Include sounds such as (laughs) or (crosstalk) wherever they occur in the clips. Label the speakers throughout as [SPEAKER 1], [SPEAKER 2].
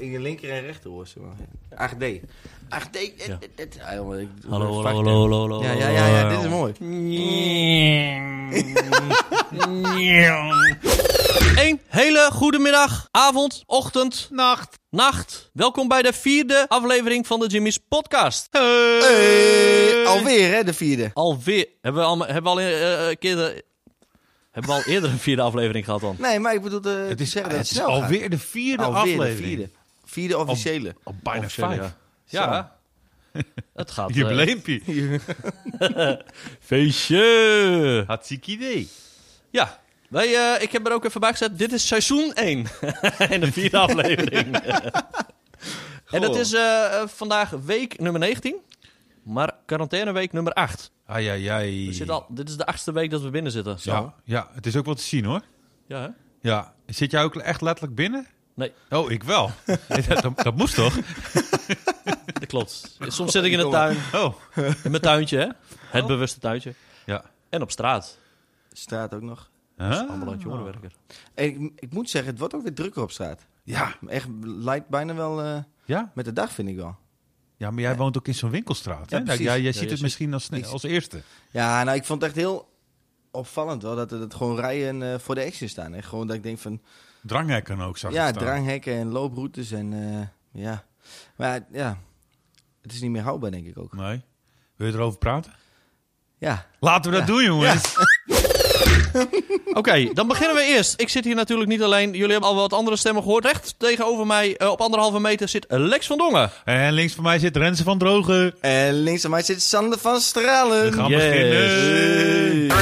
[SPEAKER 1] in je linker en rechteroor. Zeg maar. 8D. 8D.
[SPEAKER 2] Ja.
[SPEAKER 1] Ja, jongen, ik-
[SPEAKER 2] Hallo, hallo,
[SPEAKER 1] fuck
[SPEAKER 2] hallo,
[SPEAKER 1] it.
[SPEAKER 2] hallo, hallo.
[SPEAKER 1] Ja, ja, ja, ja, dit is mooi.
[SPEAKER 2] (laughs) Een hele goede middag, avond, ochtend,
[SPEAKER 3] Nacht.
[SPEAKER 2] nacht. Welkom bij de vierde aflevering van de Jimmy's podcast.
[SPEAKER 1] Hey, alweer, hè, de vierde.
[SPEAKER 2] Alweer. Hebben we al, hebben we al eh, een keer de- hebben we al eerder een vierde aflevering gehad dan?
[SPEAKER 1] Nee, maar ik bedoel, eh,
[SPEAKER 3] Het
[SPEAKER 1] te
[SPEAKER 3] is,
[SPEAKER 1] zeggen
[SPEAKER 3] Ah,
[SPEAKER 1] dat
[SPEAKER 3] het is
[SPEAKER 1] snel gaat.
[SPEAKER 3] alweer de vierde
[SPEAKER 1] Alweer de
[SPEAKER 3] aflevering. Oh,
[SPEAKER 1] vierde. Vierde officiële.
[SPEAKER 3] Al bijna
[SPEAKER 2] Officieel,
[SPEAKER 3] vijf.
[SPEAKER 2] Ja.
[SPEAKER 3] (laughs)
[SPEAKER 2] ja. Het gaat. eh,
[SPEAKER 3] Jubileumpje. (laughs)
[SPEAKER 2] feestje.
[SPEAKER 3] Hartstikke idee.
[SPEAKER 2] Ja. Wij, eh, ik heb er ook even bij gezet. Dit is seizoen (laughs) 1. en de vierde (laughs) aflevering. en dat is eh, eh, vandaag week nummer 19. Maar quarantaineweek nummer 8.
[SPEAKER 3] Ai, ai, ai.
[SPEAKER 2] We zitten al, dit is de achtste week dat we binnen zitten.
[SPEAKER 3] Ja, ja, het is ook wel te zien hoor.
[SPEAKER 2] Ja, hè?
[SPEAKER 3] Ja. Zit jij ook echt letterlijk binnen?
[SPEAKER 2] Nee,
[SPEAKER 3] Oh, ik
[SPEAKER 2] (laughs)
[SPEAKER 3] wel. dat, dat, dat moest toch?
[SPEAKER 2] dat (laughs) klopt. Soms zit ik Oh. in de tuin.
[SPEAKER 3] Oh.
[SPEAKER 2] In mijn tuintje, hè? Het bewuste tuintje.
[SPEAKER 3] Ja.
[SPEAKER 2] En op straat.
[SPEAKER 1] Straat ook nog.
[SPEAKER 3] Huh?
[SPEAKER 2] Ambulant jongerenwerker.
[SPEAKER 1] En ik, ik moet zeggen, het wordt ook weer drukker op straat.
[SPEAKER 3] Ja.
[SPEAKER 1] Echt, lijkt bijna wel eh,
[SPEAKER 3] Ja.
[SPEAKER 1] met de dag, vind ik wel.
[SPEAKER 3] Ja, maar jij woont ook in zo'n winkelstraat.
[SPEAKER 1] Ja,
[SPEAKER 3] hè? Nou,
[SPEAKER 1] precies.
[SPEAKER 3] jij, jij
[SPEAKER 2] Ja,
[SPEAKER 3] ziet
[SPEAKER 2] jij
[SPEAKER 3] het
[SPEAKER 2] ziet-
[SPEAKER 3] misschien als,
[SPEAKER 1] ik-
[SPEAKER 3] als eerste.
[SPEAKER 1] Ja, nou, ik vond het echt heel opvallend wel dat er dat gewoon rijen eh, voor de action staan. Hè. Gewoon dat ik denk van,
[SPEAKER 3] Dranghekken ook, zag ik
[SPEAKER 1] ja,
[SPEAKER 3] staan.
[SPEAKER 1] dranghekken en looproutes en eh, ja. Maar ja, het is niet meer houdbaar, denk ik ook.
[SPEAKER 3] Nee. Wil je erover praten?
[SPEAKER 1] Ja,
[SPEAKER 3] Laten we dat doen, jongens.
[SPEAKER 2] Oké, dan beginnen we eerst. Ik zit hier natuurlijk niet alleen. Jullie hebben al wat andere stemmen gehoord. Recht tegenover mij, eh, op anderhalve meter, zit Lex van Dongen.
[SPEAKER 3] En links van mij zit Renze van Drogen.
[SPEAKER 1] en links aan mij zit Sander van
[SPEAKER 3] We
[SPEAKER 1] Stralen.
[SPEAKER 3] gaan
[SPEAKER 2] Yes.
[SPEAKER 3] beginnen.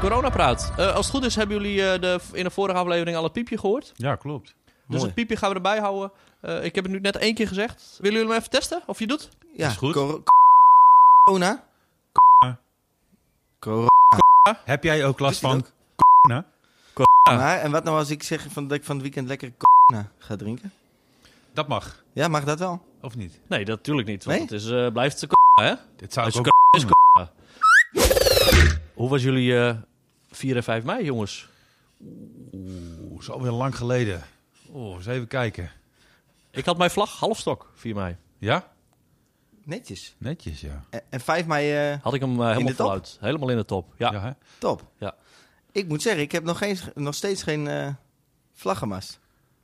[SPEAKER 2] Coronapraat. Eh als het goed is, hebben jullie eh, de, in de vorige aflevering al het piepje gehoord.
[SPEAKER 3] Ja, klopt.
[SPEAKER 2] Dus
[SPEAKER 1] Mooi.
[SPEAKER 2] het piepje gaan we erbij houden. Eh, ik heb het nu net één keer gezegd. Willen jullie hem even testen? Of je het doet?
[SPEAKER 1] Ja,
[SPEAKER 3] Is goed.
[SPEAKER 1] cor- corona.
[SPEAKER 3] Corona.
[SPEAKER 1] Corona.
[SPEAKER 3] Heb jij ook last
[SPEAKER 1] Doet hij
[SPEAKER 3] van... Ah.
[SPEAKER 1] het ook?
[SPEAKER 3] corona?
[SPEAKER 1] Maar, en wat nou als ik zeg van, dat ik van het weekend lekker corona ga drinken?
[SPEAKER 3] Dat mag.
[SPEAKER 1] Ja, mag dat wel?
[SPEAKER 3] Of niet?
[SPEAKER 2] Nee, dat natuurlijk niet. Want
[SPEAKER 1] Nee?
[SPEAKER 2] het is, eh, blijft de hè?
[SPEAKER 3] Dit zou ik
[SPEAKER 2] Het
[SPEAKER 3] ook...
[SPEAKER 2] is is Hoe was jullie eh, 4 en 5 mei, jongens?
[SPEAKER 3] Oeh, is alweer lang geleden. Oeh, eens even kijken.
[SPEAKER 2] Ik had mijn vlag halfstok, 4 mei.
[SPEAKER 3] Ja?
[SPEAKER 1] Netjes.
[SPEAKER 3] Netjes, ja.
[SPEAKER 1] En, en 5 mei, eh,
[SPEAKER 2] Had ik hem eh,
[SPEAKER 1] de
[SPEAKER 2] helemaal
[SPEAKER 1] top?
[SPEAKER 2] voluit. Helemaal in de top. Ja.
[SPEAKER 3] Ja, hè?
[SPEAKER 1] top.
[SPEAKER 2] Ja.
[SPEAKER 1] Ik moet zeggen, ik heb nog, geen, nog steeds geen eh vlaggenmast.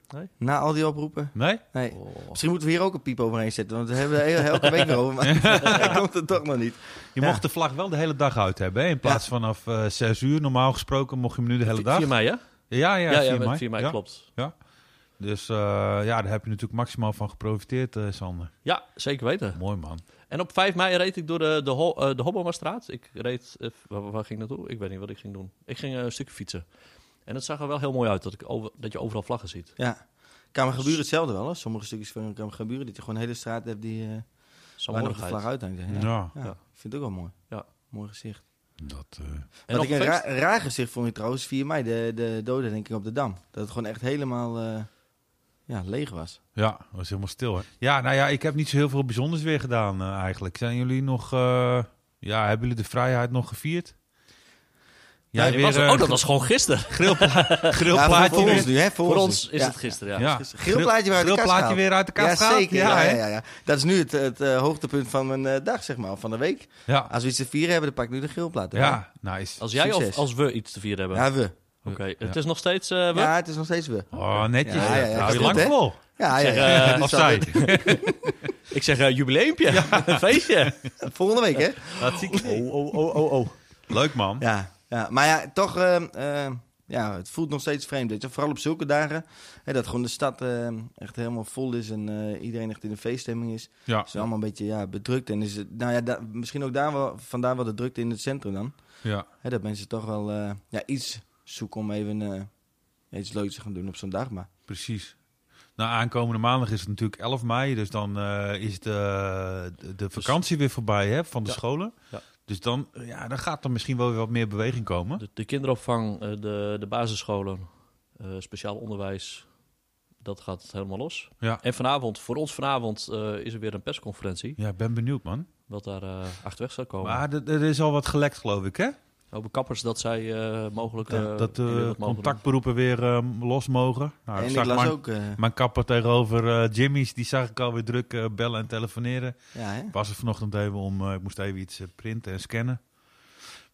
[SPEAKER 2] Nee?
[SPEAKER 1] Na al die oproepen.
[SPEAKER 3] Nee?
[SPEAKER 1] Nee.
[SPEAKER 2] Oh.
[SPEAKER 1] Misschien moeten we hier ook een piep overheen zetten, want we hebben we er elke week weer over.
[SPEAKER 2] (laughs)
[SPEAKER 1] Maar (laughs) hij komt er toch nog niet.
[SPEAKER 3] Je
[SPEAKER 1] Ja.
[SPEAKER 3] mocht de vlag wel de hele dag uit hebben, hè? In plaats vanaf eh 6 uur. Normaal gesproken mocht je hem nu de hele dag.
[SPEAKER 2] 4 mei, hè?
[SPEAKER 3] Ja, ja,
[SPEAKER 2] ja,
[SPEAKER 3] 4
[SPEAKER 2] met
[SPEAKER 3] mei.
[SPEAKER 2] 4 mei,
[SPEAKER 3] Ja.
[SPEAKER 2] klopt.
[SPEAKER 3] Dus eh, ja, daar heb je natuurlijk maximaal van geprofiteerd, eh, Sander.
[SPEAKER 2] Ja, zeker weten.
[SPEAKER 3] Mooi, man.
[SPEAKER 2] En op 5 mei reed ik door de, de, ho eh, de Hobbemastraat. Ik reed... eh, waar, waar ging ik naartoe? Ik weet niet wat ik ging doen. Ik ging eh, een stukje fietsen. En het zag er wel heel mooi uit dat, ik over, dat je overal vlaggen ziet.
[SPEAKER 1] Ja. Kamer geburen hetzelfde wel, hoor. Sommige stukjes van Kamer geburen, dat je gewoon een hele straat hebt die eh waar nog de
[SPEAKER 2] Saamhorigheid.
[SPEAKER 1] vlag uithangt. Ja. Ja.
[SPEAKER 3] Ja.
[SPEAKER 1] ik vind het ook wel mooi.
[SPEAKER 2] Ja.
[SPEAKER 1] Mooi gezicht.
[SPEAKER 3] Dat, eh,
[SPEAKER 2] En
[SPEAKER 1] Wat
[SPEAKER 2] nog
[SPEAKER 1] ik een
[SPEAKER 2] een feest?
[SPEAKER 1] ra- raar gezicht vond ik trouwens 4 mei, de, de doden denk ik op de Dam. Dat het gewoon echt helemaal eh, ja, leeg was.
[SPEAKER 3] ja, dat was helemaal stil, hè? Ja, nou ja, ik heb niet zo heel veel bijzonders weer gedaan, eh, eigenlijk. Zijn jullie nog... eh, ja, hebben jullie de vrijheid nog gevierd?
[SPEAKER 2] Ja, die was-
[SPEAKER 3] eh,
[SPEAKER 2] oh, dat was gewoon gisteren.
[SPEAKER 1] ja,
[SPEAKER 3] grillplaatje
[SPEAKER 1] voor, voor
[SPEAKER 3] weer-
[SPEAKER 1] ons nu, hè? Voor,
[SPEAKER 2] Voor
[SPEAKER 1] ons,
[SPEAKER 2] ons
[SPEAKER 1] nu.
[SPEAKER 2] is
[SPEAKER 1] Ja.
[SPEAKER 2] het gisteren, ja.
[SPEAKER 3] Ja.
[SPEAKER 1] Grillplaatje weer uit de kast
[SPEAKER 3] Grillplaatje
[SPEAKER 1] gehaald.
[SPEAKER 3] weer uit de kast
[SPEAKER 1] Ja,
[SPEAKER 3] gehaald?
[SPEAKER 1] zeker.
[SPEAKER 3] Ja,
[SPEAKER 1] Ja,
[SPEAKER 3] hè?
[SPEAKER 1] ja, ja, Dat is nu het, het eh, hoogtepunt van mijn eh, dag, zeg maar, of van de week.
[SPEAKER 3] Ja.
[SPEAKER 1] Als we iets te vieren hebben, dan pak ik nu de grillplaat. erbij.
[SPEAKER 3] Ja, nice.
[SPEAKER 2] Als jij of
[SPEAKER 1] Succes.
[SPEAKER 2] als we iets te vieren hebben.
[SPEAKER 1] Ja, we.
[SPEAKER 2] Oké, het
[SPEAKER 3] Ja.
[SPEAKER 2] is nog steeds eh, we.
[SPEAKER 1] Ja, het is nog steeds we.
[SPEAKER 3] Oh, netjes.
[SPEAKER 1] Ja,
[SPEAKER 3] Ja,
[SPEAKER 1] ja, ja,
[SPEAKER 3] hou
[SPEAKER 1] dat
[SPEAKER 3] je
[SPEAKER 1] is
[SPEAKER 3] lang
[SPEAKER 1] goed, hè?
[SPEAKER 3] vol.
[SPEAKER 1] Ja, ja,
[SPEAKER 2] zeg,
[SPEAKER 1] ja. (laughs) Dus
[SPEAKER 2] eh,
[SPEAKER 1] Dit
[SPEAKER 3] of
[SPEAKER 1] zou-
[SPEAKER 3] zij.
[SPEAKER 2] Ik zeg eh, jubileumpje, (laughs) een feestje.
[SPEAKER 1] Volgende
[SPEAKER 2] (laughs)
[SPEAKER 1] week, hè?
[SPEAKER 2] Oh, oh, oh, oh, oh.
[SPEAKER 3] Leuk, man.
[SPEAKER 1] Ja, ja. maar ja, toch, eh, eh, ja, het voelt nog steeds vreemd. Weet je? Vooral op zulke dagen, hè, dat gewoon de stad eh, echt helemaal vol is en eh, iedereen echt in een feeststemming is.
[SPEAKER 3] Ja.
[SPEAKER 1] Het is allemaal een beetje ja, bedrukt. En is het, nou ja, da- misschien ook daar wel, vandaar wel de drukte in het centrum dan.
[SPEAKER 3] ja.
[SPEAKER 1] Hè, dat mensen toch wel eh, ja, iets zoeken om even eh, ja, iets leuks te gaan doen op zo'n dag. Maar
[SPEAKER 3] Precies. Nou, aankomende maandag is het natuurlijk 11 mei, dus dan eh, is de, de- de vakantie weer voorbij hè, van de
[SPEAKER 2] Ja.
[SPEAKER 3] scholen.
[SPEAKER 2] Ja.
[SPEAKER 3] Dus dan, ja, dan gaat er misschien wel weer wat meer beweging komen.
[SPEAKER 2] De, de kinderopvang, eh, de, de basisscholen. eh, speciaal onderwijs, dat gaat helemaal los.
[SPEAKER 3] Ja.
[SPEAKER 2] En vanavond, voor ons vanavond, eh, is er weer een persconferentie.
[SPEAKER 3] Ja, ik ben benieuwd, man.
[SPEAKER 2] Wat daar eh achter weg zou komen.
[SPEAKER 3] Maar er er is al wat gelekt, geloof ik, hè?
[SPEAKER 2] Hopen kappers dat zij eh, mogelijk... eh,
[SPEAKER 3] Eh, dat
[SPEAKER 2] weer
[SPEAKER 3] de
[SPEAKER 2] wat mogen
[SPEAKER 3] contactberoepen weer ehm, los mogen. Nou,
[SPEAKER 1] en
[SPEAKER 3] zag
[SPEAKER 1] ik las
[SPEAKER 3] mijn,
[SPEAKER 1] ook... eh,
[SPEAKER 3] mijn kapper tegenover eh, Jimmy's, die zag ik alweer druk eh, bellen en telefoneren.
[SPEAKER 1] ja, hè?
[SPEAKER 3] Ik was er vanochtend even om, eh, ik moest even iets eh, printen en scannen.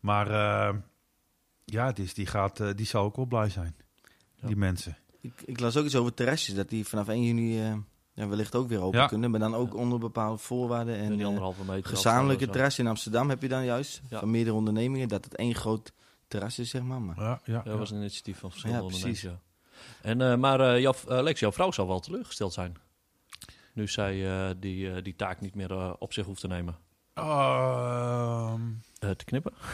[SPEAKER 3] Maar eh, ja, die, is, die, gaat, eh, die zal ook wel blij zijn,
[SPEAKER 2] Ja.
[SPEAKER 3] die mensen.
[SPEAKER 1] Ik, ik las ook iets over terrasjes, dat die vanaf 1 juni eh, ja, wellicht ook weer open
[SPEAKER 3] Ja.
[SPEAKER 1] kunnen. Maar dan ook onder bepaalde voorwaarden.
[SPEAKER 2] doen.
[SPEAKER 1] En,
[SPEAKER 2] En die
[SPEAKER 1] eh,
[SPEAKER 2] anderhalve meter.
[SPEAKER 1] gezamenlijke
[SPEAKER 2] afstand of
[SPEAKER 1] terras in Amsterdam heb je dan juist.
[SPEAKER 2] Ja.
[SPEAKER 1] Van meerdere ondernemingen. Dat het één groot terras is, zeg maar. maar
[SPEAKER 3] Ja, ja,
[SPEAKER 2] zo. Dat was een initiatief van verschillende
[SPEAKER 1] Ja,
[SPEAKER 2] ondernemers,
[SPEAKER 1] precies.
[SPEAKER 2] ja. En, eh, maar eh, jouw, eh, Lex, jouw vrouw zal wel teleurgesteld zijn. Nu zij eh, die, eh, die taak niet meer eh, op zich hoeft te nemen.
[SPEAKER 3] Ehm,
[SPEAKER 2] Eh, te knippen. (laughs)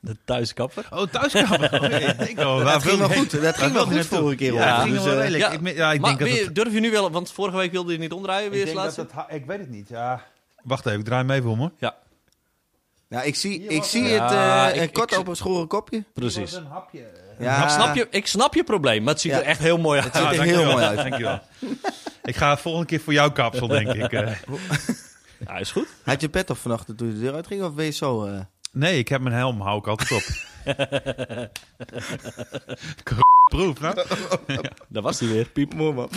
[SPEAKER 2] De thuiskapper.
[SPEAKER 3] oh, thuiskamer.
[SPEAKER 2] (laughs)
[SPEAKER 3] Oké, ik denk al, waar
[SPEAKER 1] dat ging
[SPEAKER 3] wil
[SPEAKER 1] wel
[SPEAKER 3] je
[SPEAKER 1] goed.
[SPEAKER 3] heen?
[SPEAKER 1] Dat ging
[SPEAKER 3] Waar
[SPEAKER 1] wel
[SPEAKER 3] wil je
[SPEAKER 1] goed
[SPEAKER 3] naartoe?
[SPEAKER 1] vorige keer.
[SPEAKER 3] Ja,
[SPEAKER 1] hoor.
[SPEAKER 3] dat
[SPEAKER 1] Dus,
[SPEAKER 3] ging wel
[SPEAKER 1] eh,
[SPEAKER 3] redelijk.
[SPEAKER 2] ja.
[SPEAKER 3] Ik, me- ja, ik
[SPEAKER 2] maar
[SPEAKER 3] denk dat
[SPEAKER 2] wil je-
[SPEAKER 3] het-
[SPEAKER 2] durf je nu wel, want vorige week wilde je niet omdraaien weer
[SPEAKER 3] ik
[SPEAKER 2] als
[SPEAKER 3] denk dat
[SPEAKER 2] laatste.
[SPEAKER 3] het ha- ik weet het niet, ja. Wacht even, ik draai hem even om, hoor.
[SPEAKER 2] Ja,
[SPEAKER 1] nou, ik zie,
[SPEAKER 3] Hier
[SPEAKER 1] ik
[SPEAKER 3] was-
[SPEAKER 1] zie
[SPEAKER 2] Ja,
[SPEAKER 1] het eh,
[SPEAKER 2] ik-
[SPEAKER 1] een kort
[SPEAKER 2] ik-
[SPEAKER 1] op een schoren kopje.
[SPEAKER 2] precies.
[SPEAKER 3] Een hapje. eh.
[SPEAKER 1] Ja,
[SPEAKER 2] Ik snap, je, ik snap je probleem, maar het ziet
[SPEAKER 1] Ja.
[SPEAKER 2] er echt heel mooi uit.
[SPEAKER 1] ziet
[SPEAKER 3] Ah,
[SPEAKER 1] er heel
[SPEAKER 3] dankjewel.
[SPEAKER 1] mooi uit.
[SPEAKER 3] Dankjewel. ik ga volgende keer voor jouw kapsel, denk ik. eh.
[SPEAKER 2] Ja, is goed.
[SPEAKER 1] Had je pet op vanochtend toen je de deur uitging? Of ben je zo... eh,
[SPEAKER 3] Nee, ik heb mijn helm, hou ik altijd op. (laughs) Proef, hè?
[SPEAKER 2] Daar was hij weer. Piep.
[SPEAKER 1] Mooi man.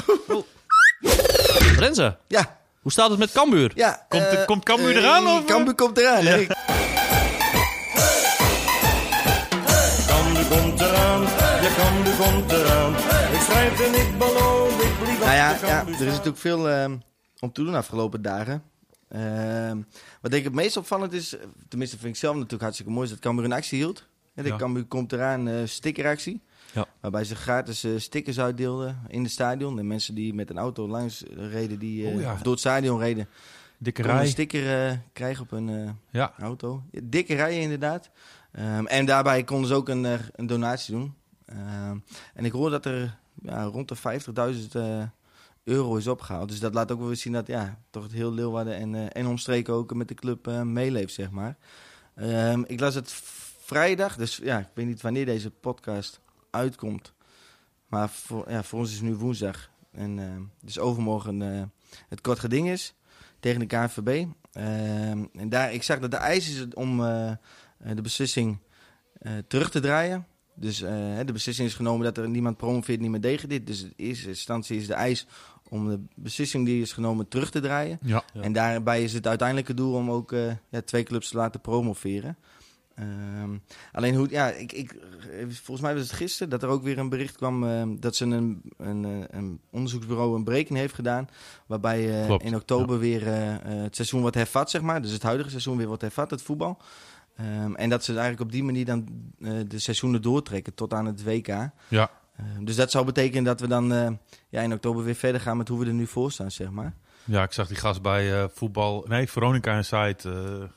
[SPEAKER 2] Renze,
[SPEAKER 1] Ja,
[SPEAKER 2] hoe staat het met Cambuur?
[SPEAKER 1] ja.
[SPEAKER 3] Komt-
[SPEAKER 1] eh,
[SPEAKER 3] komt Cambuur
[SPEAKER 1] eh,
[SPEAKER 3] eraan, of, eh?
[SPEAKER 1] Cambuur komt eraan. hè?
[SPEAKER 4] Cambuur komt eraan, ja Cambuur komt eraan. Ik strijd en ik beloof, ik blijf
[SPEAKER 1] Nou ja,
[SPEAKER 4] achter
[SPEAKER 1] ja, er
[SPEAKER 4] Cambuur
[SPEAKER 1] is natuurlijk veel ehm, om te doen afgelopen dagen. Ehm, wat ik het meest opvallend is, eh, tenminste vind ik zelf natuurlijk hartstikke mooi, is dat Cambuur een actie hield. En de
[SPEAKER 3] Ja.
[SPEAKER 1] Cambuur komt eraan, eh stickeractie.
[SPEAKER 2] Ja.
[SPEAKER 1] Waarbij ze gratis eh, stickers uitdeelden in het stadion. En mensen die met een auto langs reden, die eh,
[SPEAKER 3] Oh ja.
[SPEAKER 1] of door het stadion reden,
[SPEAKER 3] Dikke
[SPEAKER 1] konden een
[SPEAKER 3] rij.
[SPEAKER 1] sticker eh, krijgen op hun eh,
[SPEAKER 3] Ja,
[SPEAKER 1] auto. Ja, Dikke rijen inderdaad. Ehm, en daarbij konden ze ook een, eh, een donatie doen. Ehm, en ik hoor dat er ja, rond de 50.000 eh, euro is opgehaald. Dus dat laat ook wel weer zien dat ja, toch het heel Leeuwarden en, eh, en omstreken ook met de club eh, meeleeft, zeg maar. Ehm, ik las het vrijdag, dus ja, ik weet niet wanneer deze podcast uitkomt. Maar voor, ja, voor ons is het nu woensdag. En ehm, dus overmorgen eh, het kort geding is tegen de KNVB. Ehm, en daar, ik zag dat de eis is het om eh, eh, de beslissing eh, terug te draaien. Dus eh, hè, de beslissing is genomen dat er niemand promoveert, niemand degradeert. Dus in eerste instantie is de eis om de beslissing die is genomen terug te draaien.
[SPEAKER 3] ja.
[SPEAKER 2] Ja.
[SPEAKER 1] En daarbij is het uiteindelijke doel om ook eh, ja, twee clubs te laten promoveren. Ehm, alleen hoe, ja, ik, ik, eh, volgens mij was het gisteren dat er ook weer een bericht kwam ehm, dat ze een, een, eh, een onderzoeksbureau een breking heeft gedaan. Waarbij eh,
[SPEAKER 3] Klopt,
[SPEAKER 1] in oktober weer eh, eh, het seizoen wordt hervat, zeg maar. Dus het huidige seizoen weer wordt hervat, het voetbal. Ehm, en dat ze eigenlijk op die manier dan eh, de seizoenen doortrekken tot aan het WK.
[SPEAKER 3] Ja.
[SPEAKER 1] Ehm, dus dat zou betekenen dat we dan eh, ja, in oktober weer verder gaan met hoe we er nu voor staan, zeg maar.
[SPEAKER 3] ja, ik zag die gast bij eh, voetbal... Nee, Veronica en Site.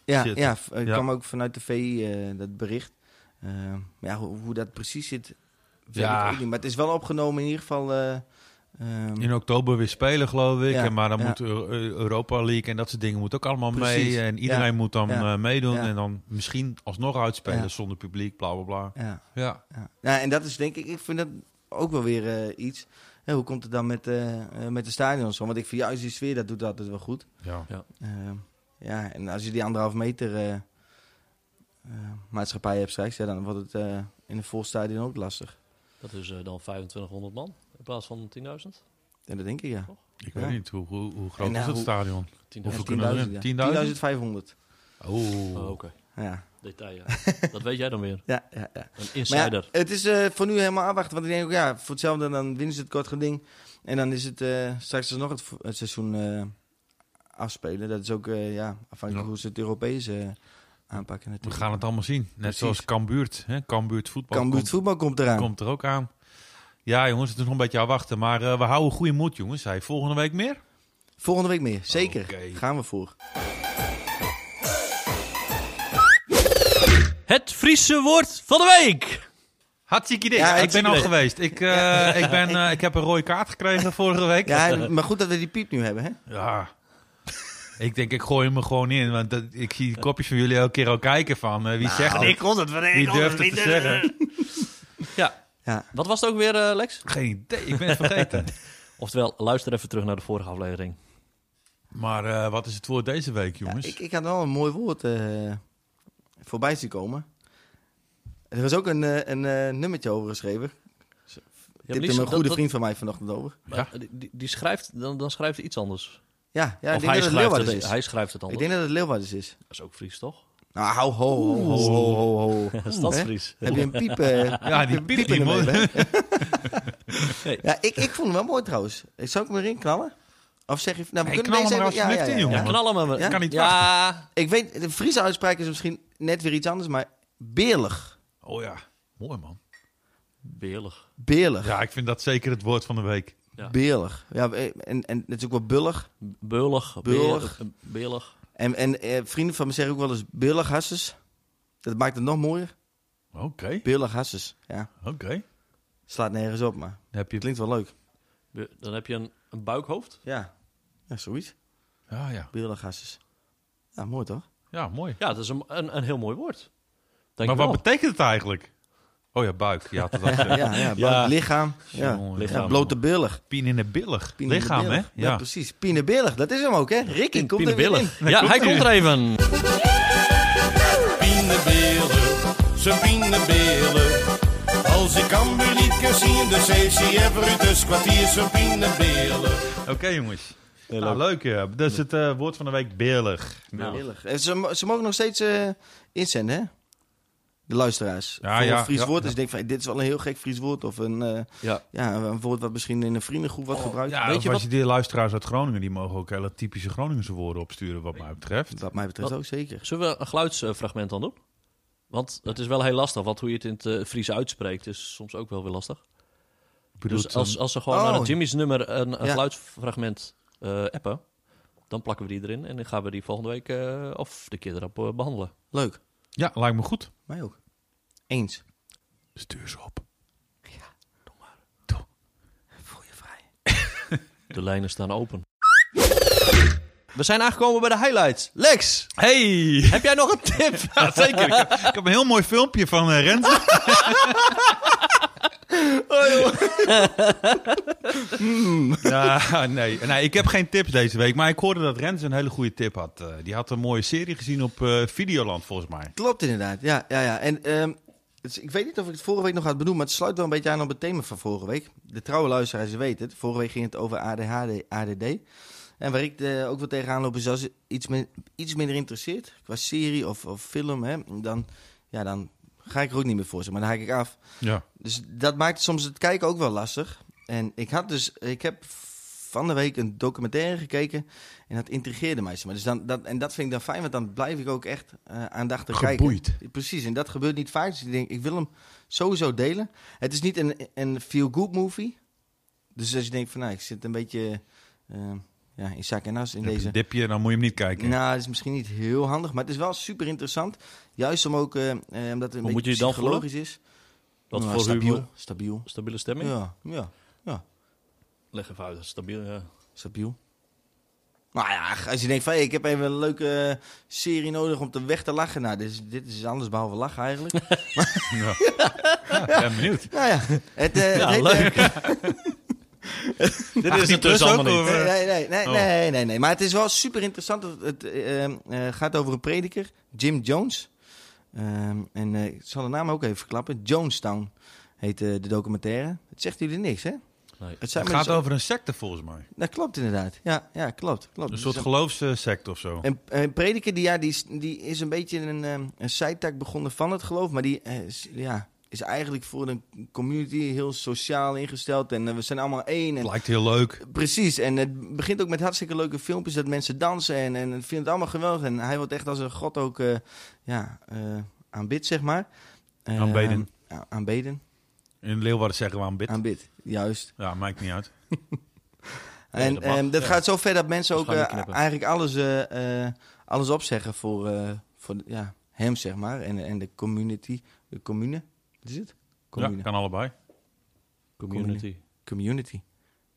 [SPEAKER 1] Ja,
[SPEAKER 3] zitten.
[SPEAKER 1] ja, v- eh,
[SPEAKER 3] Ja.
[SPEAKER 1] kwam ook vanuit de VI eh, dat bericht. Eh, maar ja, hoe, hoe dat precies zit, weet
[SPEAKER 3] Ja.
[SPEAKER 1] ik ook niet. Maar het is wel opgenomen in ieder geval. eh, ehm,
[SPEAKER 3] In oktober weer spelen, geloof ik.
[SPEAKER 1] Ja,
[SPEAKER 3] en, maar dan
[SPEAKER 1] ja.
[SPEAKER 3] moet Eu- Eu- Europa League en dat soort dingen moet ook allemaal
[SPEAKER 1] Precies,
[SPEAKER 3] mee. eh, En iedereen
[SPEAKER 1] ja,
[SPEAKER 3] moet dan
[SPEAKER 1] ja,
[SPEAKER 3] eh, meedoen.
[SPEAKER 1] ja.
[SPEAKER 3] En dan misschien alsnog uitspelen
[SPEAKER 1] Ja.
[SPEAKER 3] zonder publiek, bla, bla, bla.
[SPEAKER 1] ja,
[SPEAKER 3] Ja,
[SPEAKER 1] ja. Nou, en dat is denk ik, ik vind dat ook wel weer eh, iets. Hè, hoe komt het dan met, eh, eh, met de stadion zo? Want ik vind juist die sfeer, dat doet altijd wel goed.
[SPEAKER 3] ja.
[SPEAKER 1] Ehm, ja, en als je die anderhalf meter eh, eh, maatschappij hebt straks, ja, dan wordt het eh, in een vol stadion ook lastig.
[SPEAKER 2] Dat is eh, dan 2500 man in plaats van 10.000. 10.000
[SPEAKER 1] Ja, dat denk ik, ja.
[SPEAKER 3] Ik
[SPEAKER 1] Ja.
[SPEAKER 3] weet niet, hoe, hoe, hoe groot
[SPEAKER 1] En,
[SPEAKER 3] is
[SPEAKER 1] nou,
[SPEAKER 3] het
[SPEAKER 1] hoe-
[SPEAKER 3] stadion? Hoeveel
[SPEAKER 1] Ja,
[SPEAKER 3] kunnen er
[SPEAKER 1] 10.000, ja.
[SPEAKER 3] in? 10.000?
[SPEAKER 1] 10.500.
[SPEAKER 3] Oeh.
[SPEAKER 2] Oh, Oké,
[SPEAKER 1] Ja,
[SPEAKER 2] detail. ja. dat weet jij dan weer.
[SPEAKER 1] ja, ja. ja.
[SPEAKER 2] Een
[SPEAKER 1] Maar
[SPEAKER 2] insider.
[SPEAKER 1] ja, het is eh, voor nu helemaal afwachten. Want ik denk ook, ja, voor hetzelfde dan winnen ze het kort geding. En dan is het eh, straks nog het, vo- het seizoen eh, afspelen. Dat is ook eh, ja, afhankelijk
[SPEAKER 3] Ja.
[SPEAKER 1] hoe ze het Europees eh, aanpakken
[SPEAKER 3] We
[SPEAKER 1] natuurlijk.
[SPEAKER 3] gaan het allemaal zien. Net
[SPEAKER 1] Precies.
[SPEAKER 3] zoals Cambuurt. Hè? Cambuurt voetbal
[SPEAKER 1] Cambuur
[SPEAKER 3] komt,
[SPEAKER 1] voetbal komt eraan.
[SPEAKER 3] komt er ook aan. Ja, jongens, het is nog een beetje aan wachten. Maar eh, we houden goede moed, jongens. Hey, volgende week meer?
[SPEAKER 1] Volgende week meer, zeker.
[SPEAKER 3] Oké.
[SPEAKER 1] Gaan we voor.
[SPEAKER 2] Het Friese woord van de week.
[SPEAKER 3] Hartstikke idee.
[SPEAKER 1] Ja,
[SPEAKER 3] ik ben
[SPEAKER 1] hartstikke
[SPEAKER 3] al
[SPEAKER 1] idee.
[SPEAKER 3] geweest. Ik, eh, ik,
[SPEAKER 1] (laughs)
[SPEAKER 3] ben, eh, ik heb een rode kaart gekregen vorige week. Ja.
[SPEAKER 1] Ja,
[SPEAKER 2] (laughs)
[SPEAKER 1] maar goed dat we die piep nu hebben, hè?
[SPEAKER 3] Ik denk, ik gooi hem er gewoon in. Want dat, ik zie die kopjes van
[SPEAKER 1] Nou.
[SPEAKER 3] jullie elke keer al kijken van... eh, wie zegt het?
[SPEAKER 4] Ik kon het,
[SPEAKER 3] Wie durft het te zeggen?
[SPEAKER 2] Ja,
[SPEAKER 1] Ja.
[SPEAKER 2] Wat was het ook weer, eh, Lex?
[SPEAKER 3] Geen idee, ik ben het
[SPEAKER 1] (laughs)
[SPEAKER 3] vergeten.
[SPEAKER 2] Oftewel, luister even terug naar de vorige aflevering.
[SPEAKER 3] maar eh, wat is het woord deze week,
[SPEAKER 1] Ja,
[SPEAKER 3] jongens?
[SPEAKER 1] ik, ik had wel een mooi woord eh, voorbij zien komen. Er was ook een, eh, een eh, nummertje over geschreven.
[SPEAKER 2] Ja,
[SPEAKER 1] Dit
[SPEAKER 2] maar die-
[SPEAKER 1] is een
[SPEAKER 2] dat-
[SPEAKER 1] goede
[SPEAKER 2] dat-
[SPEAKER 1] vriend van mij vanochtend over.
[SPEAKER 3] Ja.
[SPEAKER 2] Die- Die, die schrijft, dan, dan schrijft hij iets anders.
[SPEAKER 1] Ja, ja ik
[SPEAKER 2] of
[SPEAKER 1] denk
[SPEAKER 2] hij
[SPEAKER 1] dat het
[SPEAKER 2] schrijft
[SPEAKER 1] Leeuwarden
[SPEAKER 2] het,
[SPEAKER 1] is.
[SPEAKER 2] hij schrijft het anders.
[SPEAKER 1] Ik denk dat het Leeuwarden is.
[SPEAKER 2] Dat is ook Fries, (laughs) toch?
[SPEAKER 1] Nou, hou, ho, ho, ho, ho, ho, (laughs) ho.
[SPEAKER 2] Stadsfries.
[SPEAKER 1] Heb je een piep? (laughs) eh,
[SPEAKER 3] Ja, die
[SPEAKER 1] een
[SPEAKER 3] piep
[SPEAKER 1] in
[SPEAKER 3] die
[SPEAKER 1] de
[SPEAKER 3] moet-
[SPEAKER 1] neus, hè? (laughs)
[SPEAKER 2] Nee.
[SPEAKER 1] Ja, ik, ik vond hem wel mooi trouwens. Zou ik hem erin knallen? Of zeg je... Nou, we
[SPEAKER 3] Nee,
[SPEAKER 1] kunnen
[SPEAKER 3] knal
[SPEAKER 1] deze
[SPEAKER 3] hem er
[SPEAKER 1] even- ja,
[SPEAKER 3] alsjeblieft
[SPEAKER 1] ja,
[SPEAKER 3] in,
[SPEAKER 1] ja,
[SPEAKER 3] jongen.
[SPEAKER 2] Ja, knallen maar.
[SPEAKER 1] Ja?
[SPEAKER 3] Kan niet
[SPEAKER 2] ja,
[SPEAKER 1] Ik weet, de Friese uitspraak is misschien net weer iets anders, maar beerlig.
[SPEAKER 3] Oh ja, mooi man.
[SPEAKER 2] beerlig.
[SPEAKER 1] Beerlig.
[SPEAKER 3] Ja, ik vind dat zeker het woord van de week.
[SPEAKER 2] Ja.
[SPEAKER 1] Beerlig. Ja, en, en het is ook wel bullig.
[SPEAKER 2] Beurlig.
[SPEAKER 1] Beurlig.
[SPEAKER 2] beer- eh, Beerlig.
[SPEAKER 1] En, en eh, vrienden van me zeggen ook wel eens beerlig hasses. Dat maakt het nog mooier.
[SPEAKER 3] Oké,
[SPEAKER 1] Beerlig hasses. Ja,
[SPEAKER 3] oké.
[SPEAKER 1] slaat nergens op, maar
[SPEAKER 3] Dan Heb
[SPEAKER 1] het
[SPEAKER 3] je...
[SPEAKER 1] klinkt wel leuk.
[SPEAKER 2] Be- Dan heb je een, een buikhoofd.
[SPEAKER 1] Ja, ja zoiets.
[SPEAKER 3] Ja, ja.
[SPEAKER 1] Beerlig hasses. Ja, mooi toch?
[SPEAKER 3] ja, mooi.
[SPEAKER 2] Ja, dat is een, een, een heel mooi woord. Dank
[SPEAKER 3] maar
[SPEAKER 2] je
[SPEAKER 3] wat
[SPEAKER 2] wel.
[SPEAKER 3] betekent het eigenlijk? Oh ja, buik. Ja, dat
[SPEAKER 2] (laughs)
[SPEAKER 3] was
[SPEAKER 1] Ja, ja,
[SPEAKER 2] Ja.
[SPEAKER 1] lichaam. Ja.
[SPEAKER 3] Jongen,
[SPEAKER 1] Ja,
[SPEAKER 2] lichaam.
[SPEAKER 1] blote beerlig.
[SPEAKER 3] pien in de billig.
[SPEAKER 1] Pien
[SPEAKER 3] Lichaam, hè?
[SPEAKER 1] beerlig.
[SPEAKER 3] Ja.
[SPEAKER 1] Ja. precies. Pien beerlig, dat is hem ook, hè? Ricky, komt er weer in.
[SPEAKER 2] Beerlig. Ja, hij komt er even.
[SPEAKER 4] Pienebeelden, zijn pienebeelden. Als ik Amber niet kan zien, dus heeft ze even dus kwartier zijn pienebeelden.
[SPEAKER 3] Oké, jongens. nou, leuk. ja. Dat is het eh, woord van de week, billig.
[SPEAKER 1] Beerlig. Eh, Ze, mo- ze mogen nog steeds eh, inzenden, hè? De luisteraars.
[SPEAKER 3] Ja,
[SPEAKER 1] Voor een
[SPEAKER 3] ja,
[SPEAKER 1] Fries
[SPEAKER 3] ja,
[SPEAKER 1] woord. Dus ik
[SPEAKER 3] ja.
[SPEAKER 1] denk van, hey, dit is wel een heel gek Fries woord. Of een, eh,
[SPEAKER 2] Ja.
[SPEAKER 1] ja, een woord wat misschien in een vriendengroep wordt gebruikt.
[SPEAKER 3] Ja,
[SPEAKER 2] Weet
[SPEAKER 3] of
[SPEAKER 2] je
[SPEAKER 3] als
[SPEAKER 2] wat-
[SPEAKER 3] je die luisteraars uit Groningen, die mogen ook hele typische Groningse woorden opsturen, wat mij betreft.
[SPEAKER 1] Wat mij betreft
[SPEAKER 2] Wat-
[SPEAKER 1] ook zeker.
[SPEAKER 2] Zullen we een geluidsfragment dan doen? Want het is wel heel lastig, want hoe je het in het eh, Fries uitspreekt is soms ook wel weer lastig.
[SPEAKER 3] Ik bedoel,
[SPEAKER 2] dus als,
[SPEAKER 3] dan-
[SPEAKER 2] als ze gewoon
[SPEAKER 1] Oh.
[SPEAKER 2] naar het Jimmy's nummer een, een
[SPEAKER 1] Ja.
[SPEAKER 2] geluidsfragment eh, appen, dan plakken we die erin en dan gaan we die volgende week eh, of de keer erop eh, behandelen.
[SPEAKER 1] Leuk.
[SPEAKER 3] Ja, lijkt me goed.
[SPEAKER 1] Mij ook. Eens.
[SPEAKER 3] Stuur ze op.
[SPEAKER 1] Voel je vrij.
[SPEAKER 2] De lijnen staan open. We zijn aangekomen bij de highlights. Lex,
[SPEAKER 3] Hey!
[SPEAKER 2] (laughs) heb jij nog een tip?
[SPEAKER 3] Ja, zeker. Ik heb, ik heb een heel mooi filmpje van eh Renze. (laughs) Ja, nee, nee, ik heb geen tips deze week. Maar ik hoorde dat Renze een hele goede tip had. Eh, die had een mooie serie gezien op eh, Videoland, volgens mij.
[SPEAKER 1] Klopt inderdaad. Ja, ja, ja. En ehm, het is- ik weet niet of ik het vorige week nog had benoemd, maar het sluit wel een beetje aan op het thema van vorige week. De trouwe luisteraars die weten het. Vorige week ging het over ADHD, ADD. En waar ik eh, ook wel tegenaan loop is als het iets, min- iets minder interesseert, qua serie of, of film, hè, dan, ja, dan ga ik er ook niet meer voor zitten, maar dan haak ik af.
[SPEAKER 3] Ja.
[SPEAKER 1] Dus dat maakt soms het kijken ook wel lastig. En ik had dus, ik heb van de week een documentaire gekeken en dat intrigeerde mij. zeg Maar. Dus dan, dat, en dat vind ik dan fijn, want dan blijf ik ook echt eh, aandachtig
[SPEAKER 3] Geboeid.
[SPEAKER 1] kijken. Precies, en dat gebeurt niet vaak. Dus ik denk, ik wil hem sowieso delen. Het is niet een, een feel-good movie. Dus als je denkt van, nou, ik zit een beetje eh, ja, in zak en as in
[SPEAKER 3] Heb je
[SPEAKER 1] deze
[SPEAKER 3] een dipje, dan moet je hem niet kijken.
[SPEAKER 1] nou, dat is misschien niet heel handig, maar het is wel super interessant. Juist om ook, eh, eh, omdat het een
[SPEAKER 2] Hoe moet je
[SPEAKER 1] beetje
[SPEAKER 2] je dan
[SPEAKER 1] psychologisch is.
[SPEAKER 2] (laughs) Wat
[SPEAKER 1] Nou,
[SPEAKER 2] voor
[SPEAKER 1] stabiel,
[SPEAKER 2] humor?
[SPEAKER 1] Stabiel.
[SPEAKER 2] Stabiele stemming?
[SPEAKER 1] Ja, ja,
[SPEAKER 2] Leg even uit. Stabiel, ja.
[SPEAKER 1] stabiel. Nou ja, als je denkt van, hey, ik heb even een leuke eh, serie nodig om te weg te lachen. Nou, dit is, dit is anders behalve lachen
[SPEAKER 3] (laughs)
[SPEAKER 1] eigenlijk.
[SPEAKER 3] Ja. Ja, ik ben benieuwd.
[SPEAKER 1] nou ja, het, eh,
[SPEAKER 2] Ja,
[SPEAKER 1] het heet, eh,
[SPEAKER 2] leuk.
[SPEAKER 3] (laughs)
[SPEAKER 2] Dit
[SPEAKER 3] Ach,
[SPEAKER 2] is
[SPEAKER 3] die
[SPEAKER 2] het
[SPEAKER 3] klus
[SPEAKER 2] dus allemaal
[SPEAKER 3] ook,
[SPEAKER 2] niet.
[SPEAKER 3] of-
[SPEAKER 1] Nee, nee, nee, nee,
[SPEAKER 3] Oh.
[SPEAKER 1] nee, nee, nee. Maar het is wel super interessant. Het, het, eh, eh, gaat over een prediker, Jim Jones. Ehm, en eh, ik zal de naam ook even verklappen. Jonestown heet eh, de documentaire. Het zegt jullie niks, hè?
[SPEAKER 2] Nee.
[SPEAKER 1] Het zijn dus-
[SPEAKER 3] Het gaat
[SPEAKER 1] mensen-
[SPEAKER 3] over een secte, volgens mij.
[SPEAKER 1] Dat klopt inderdaad. Ja, ja klopt. klopt.
[SPEAKER 3] Een
[SPEAKER 1] Dus
[SPEAKER 3] soort geloofssecte of zo.
[SPEAKER 1] een, een prediker die, ja, die, is- die is een beetje een, ehm, een zijtak begonnen van het geloof. Maar die eh, is- ja, is eigenlijk voor een community heel sociaal ingesteld. En eh, we zijn allemaal één.
[SPEAKER 3] Het
[SPEAKER 1] En
[SPEAKER 3] lijkt heel leuk.
[SPEAKER 1] Precies, en het begint ook met hartstikke leuke filmpjes dat mensen dansen en, en vinden het allemaal geweldig. En hij wordt echt als een god ook eh, ja, eh aanbid, zeg maar. Eh,
[SPEAKER 3] Aanbeden.
[SPEAKER 1] aan- aanbeden,
[SPEAKER 3] In Leeuwarden zeggen we aan bid.
[SPEAKER 1] aanbid, juist.
[SPEAKER 3] Ja, maakt niet uit.
[SPEAKER 2] Nee,
[SPEAKER 1] en
[SPEAKER 2] dat
[SPEAKER 1] dat,
[SPEAKER 2] mag.
[SPEAKER 1] dat
[SPEAKER 2] Ja.
[SPEAKER 1] gaat zo ver dat mensen
[SPEAKER 2] Dat
[SPEAKER 1] ook
[SPEAKER 2] gaan we
[SPEAKER 1] eh,
[SPEAKER 2] knippen.
[SPEAKER 1] eigenlijk alles, eh, eh, alles opzeggen voor, eh, voor ja, hem, zeg maar. En, en de community, de commune, wat is het? Commune.
[SPEAKER 3] Ja, kan allebei.
[SPEAKER 2] Community.
[SPEAKER 1] Community.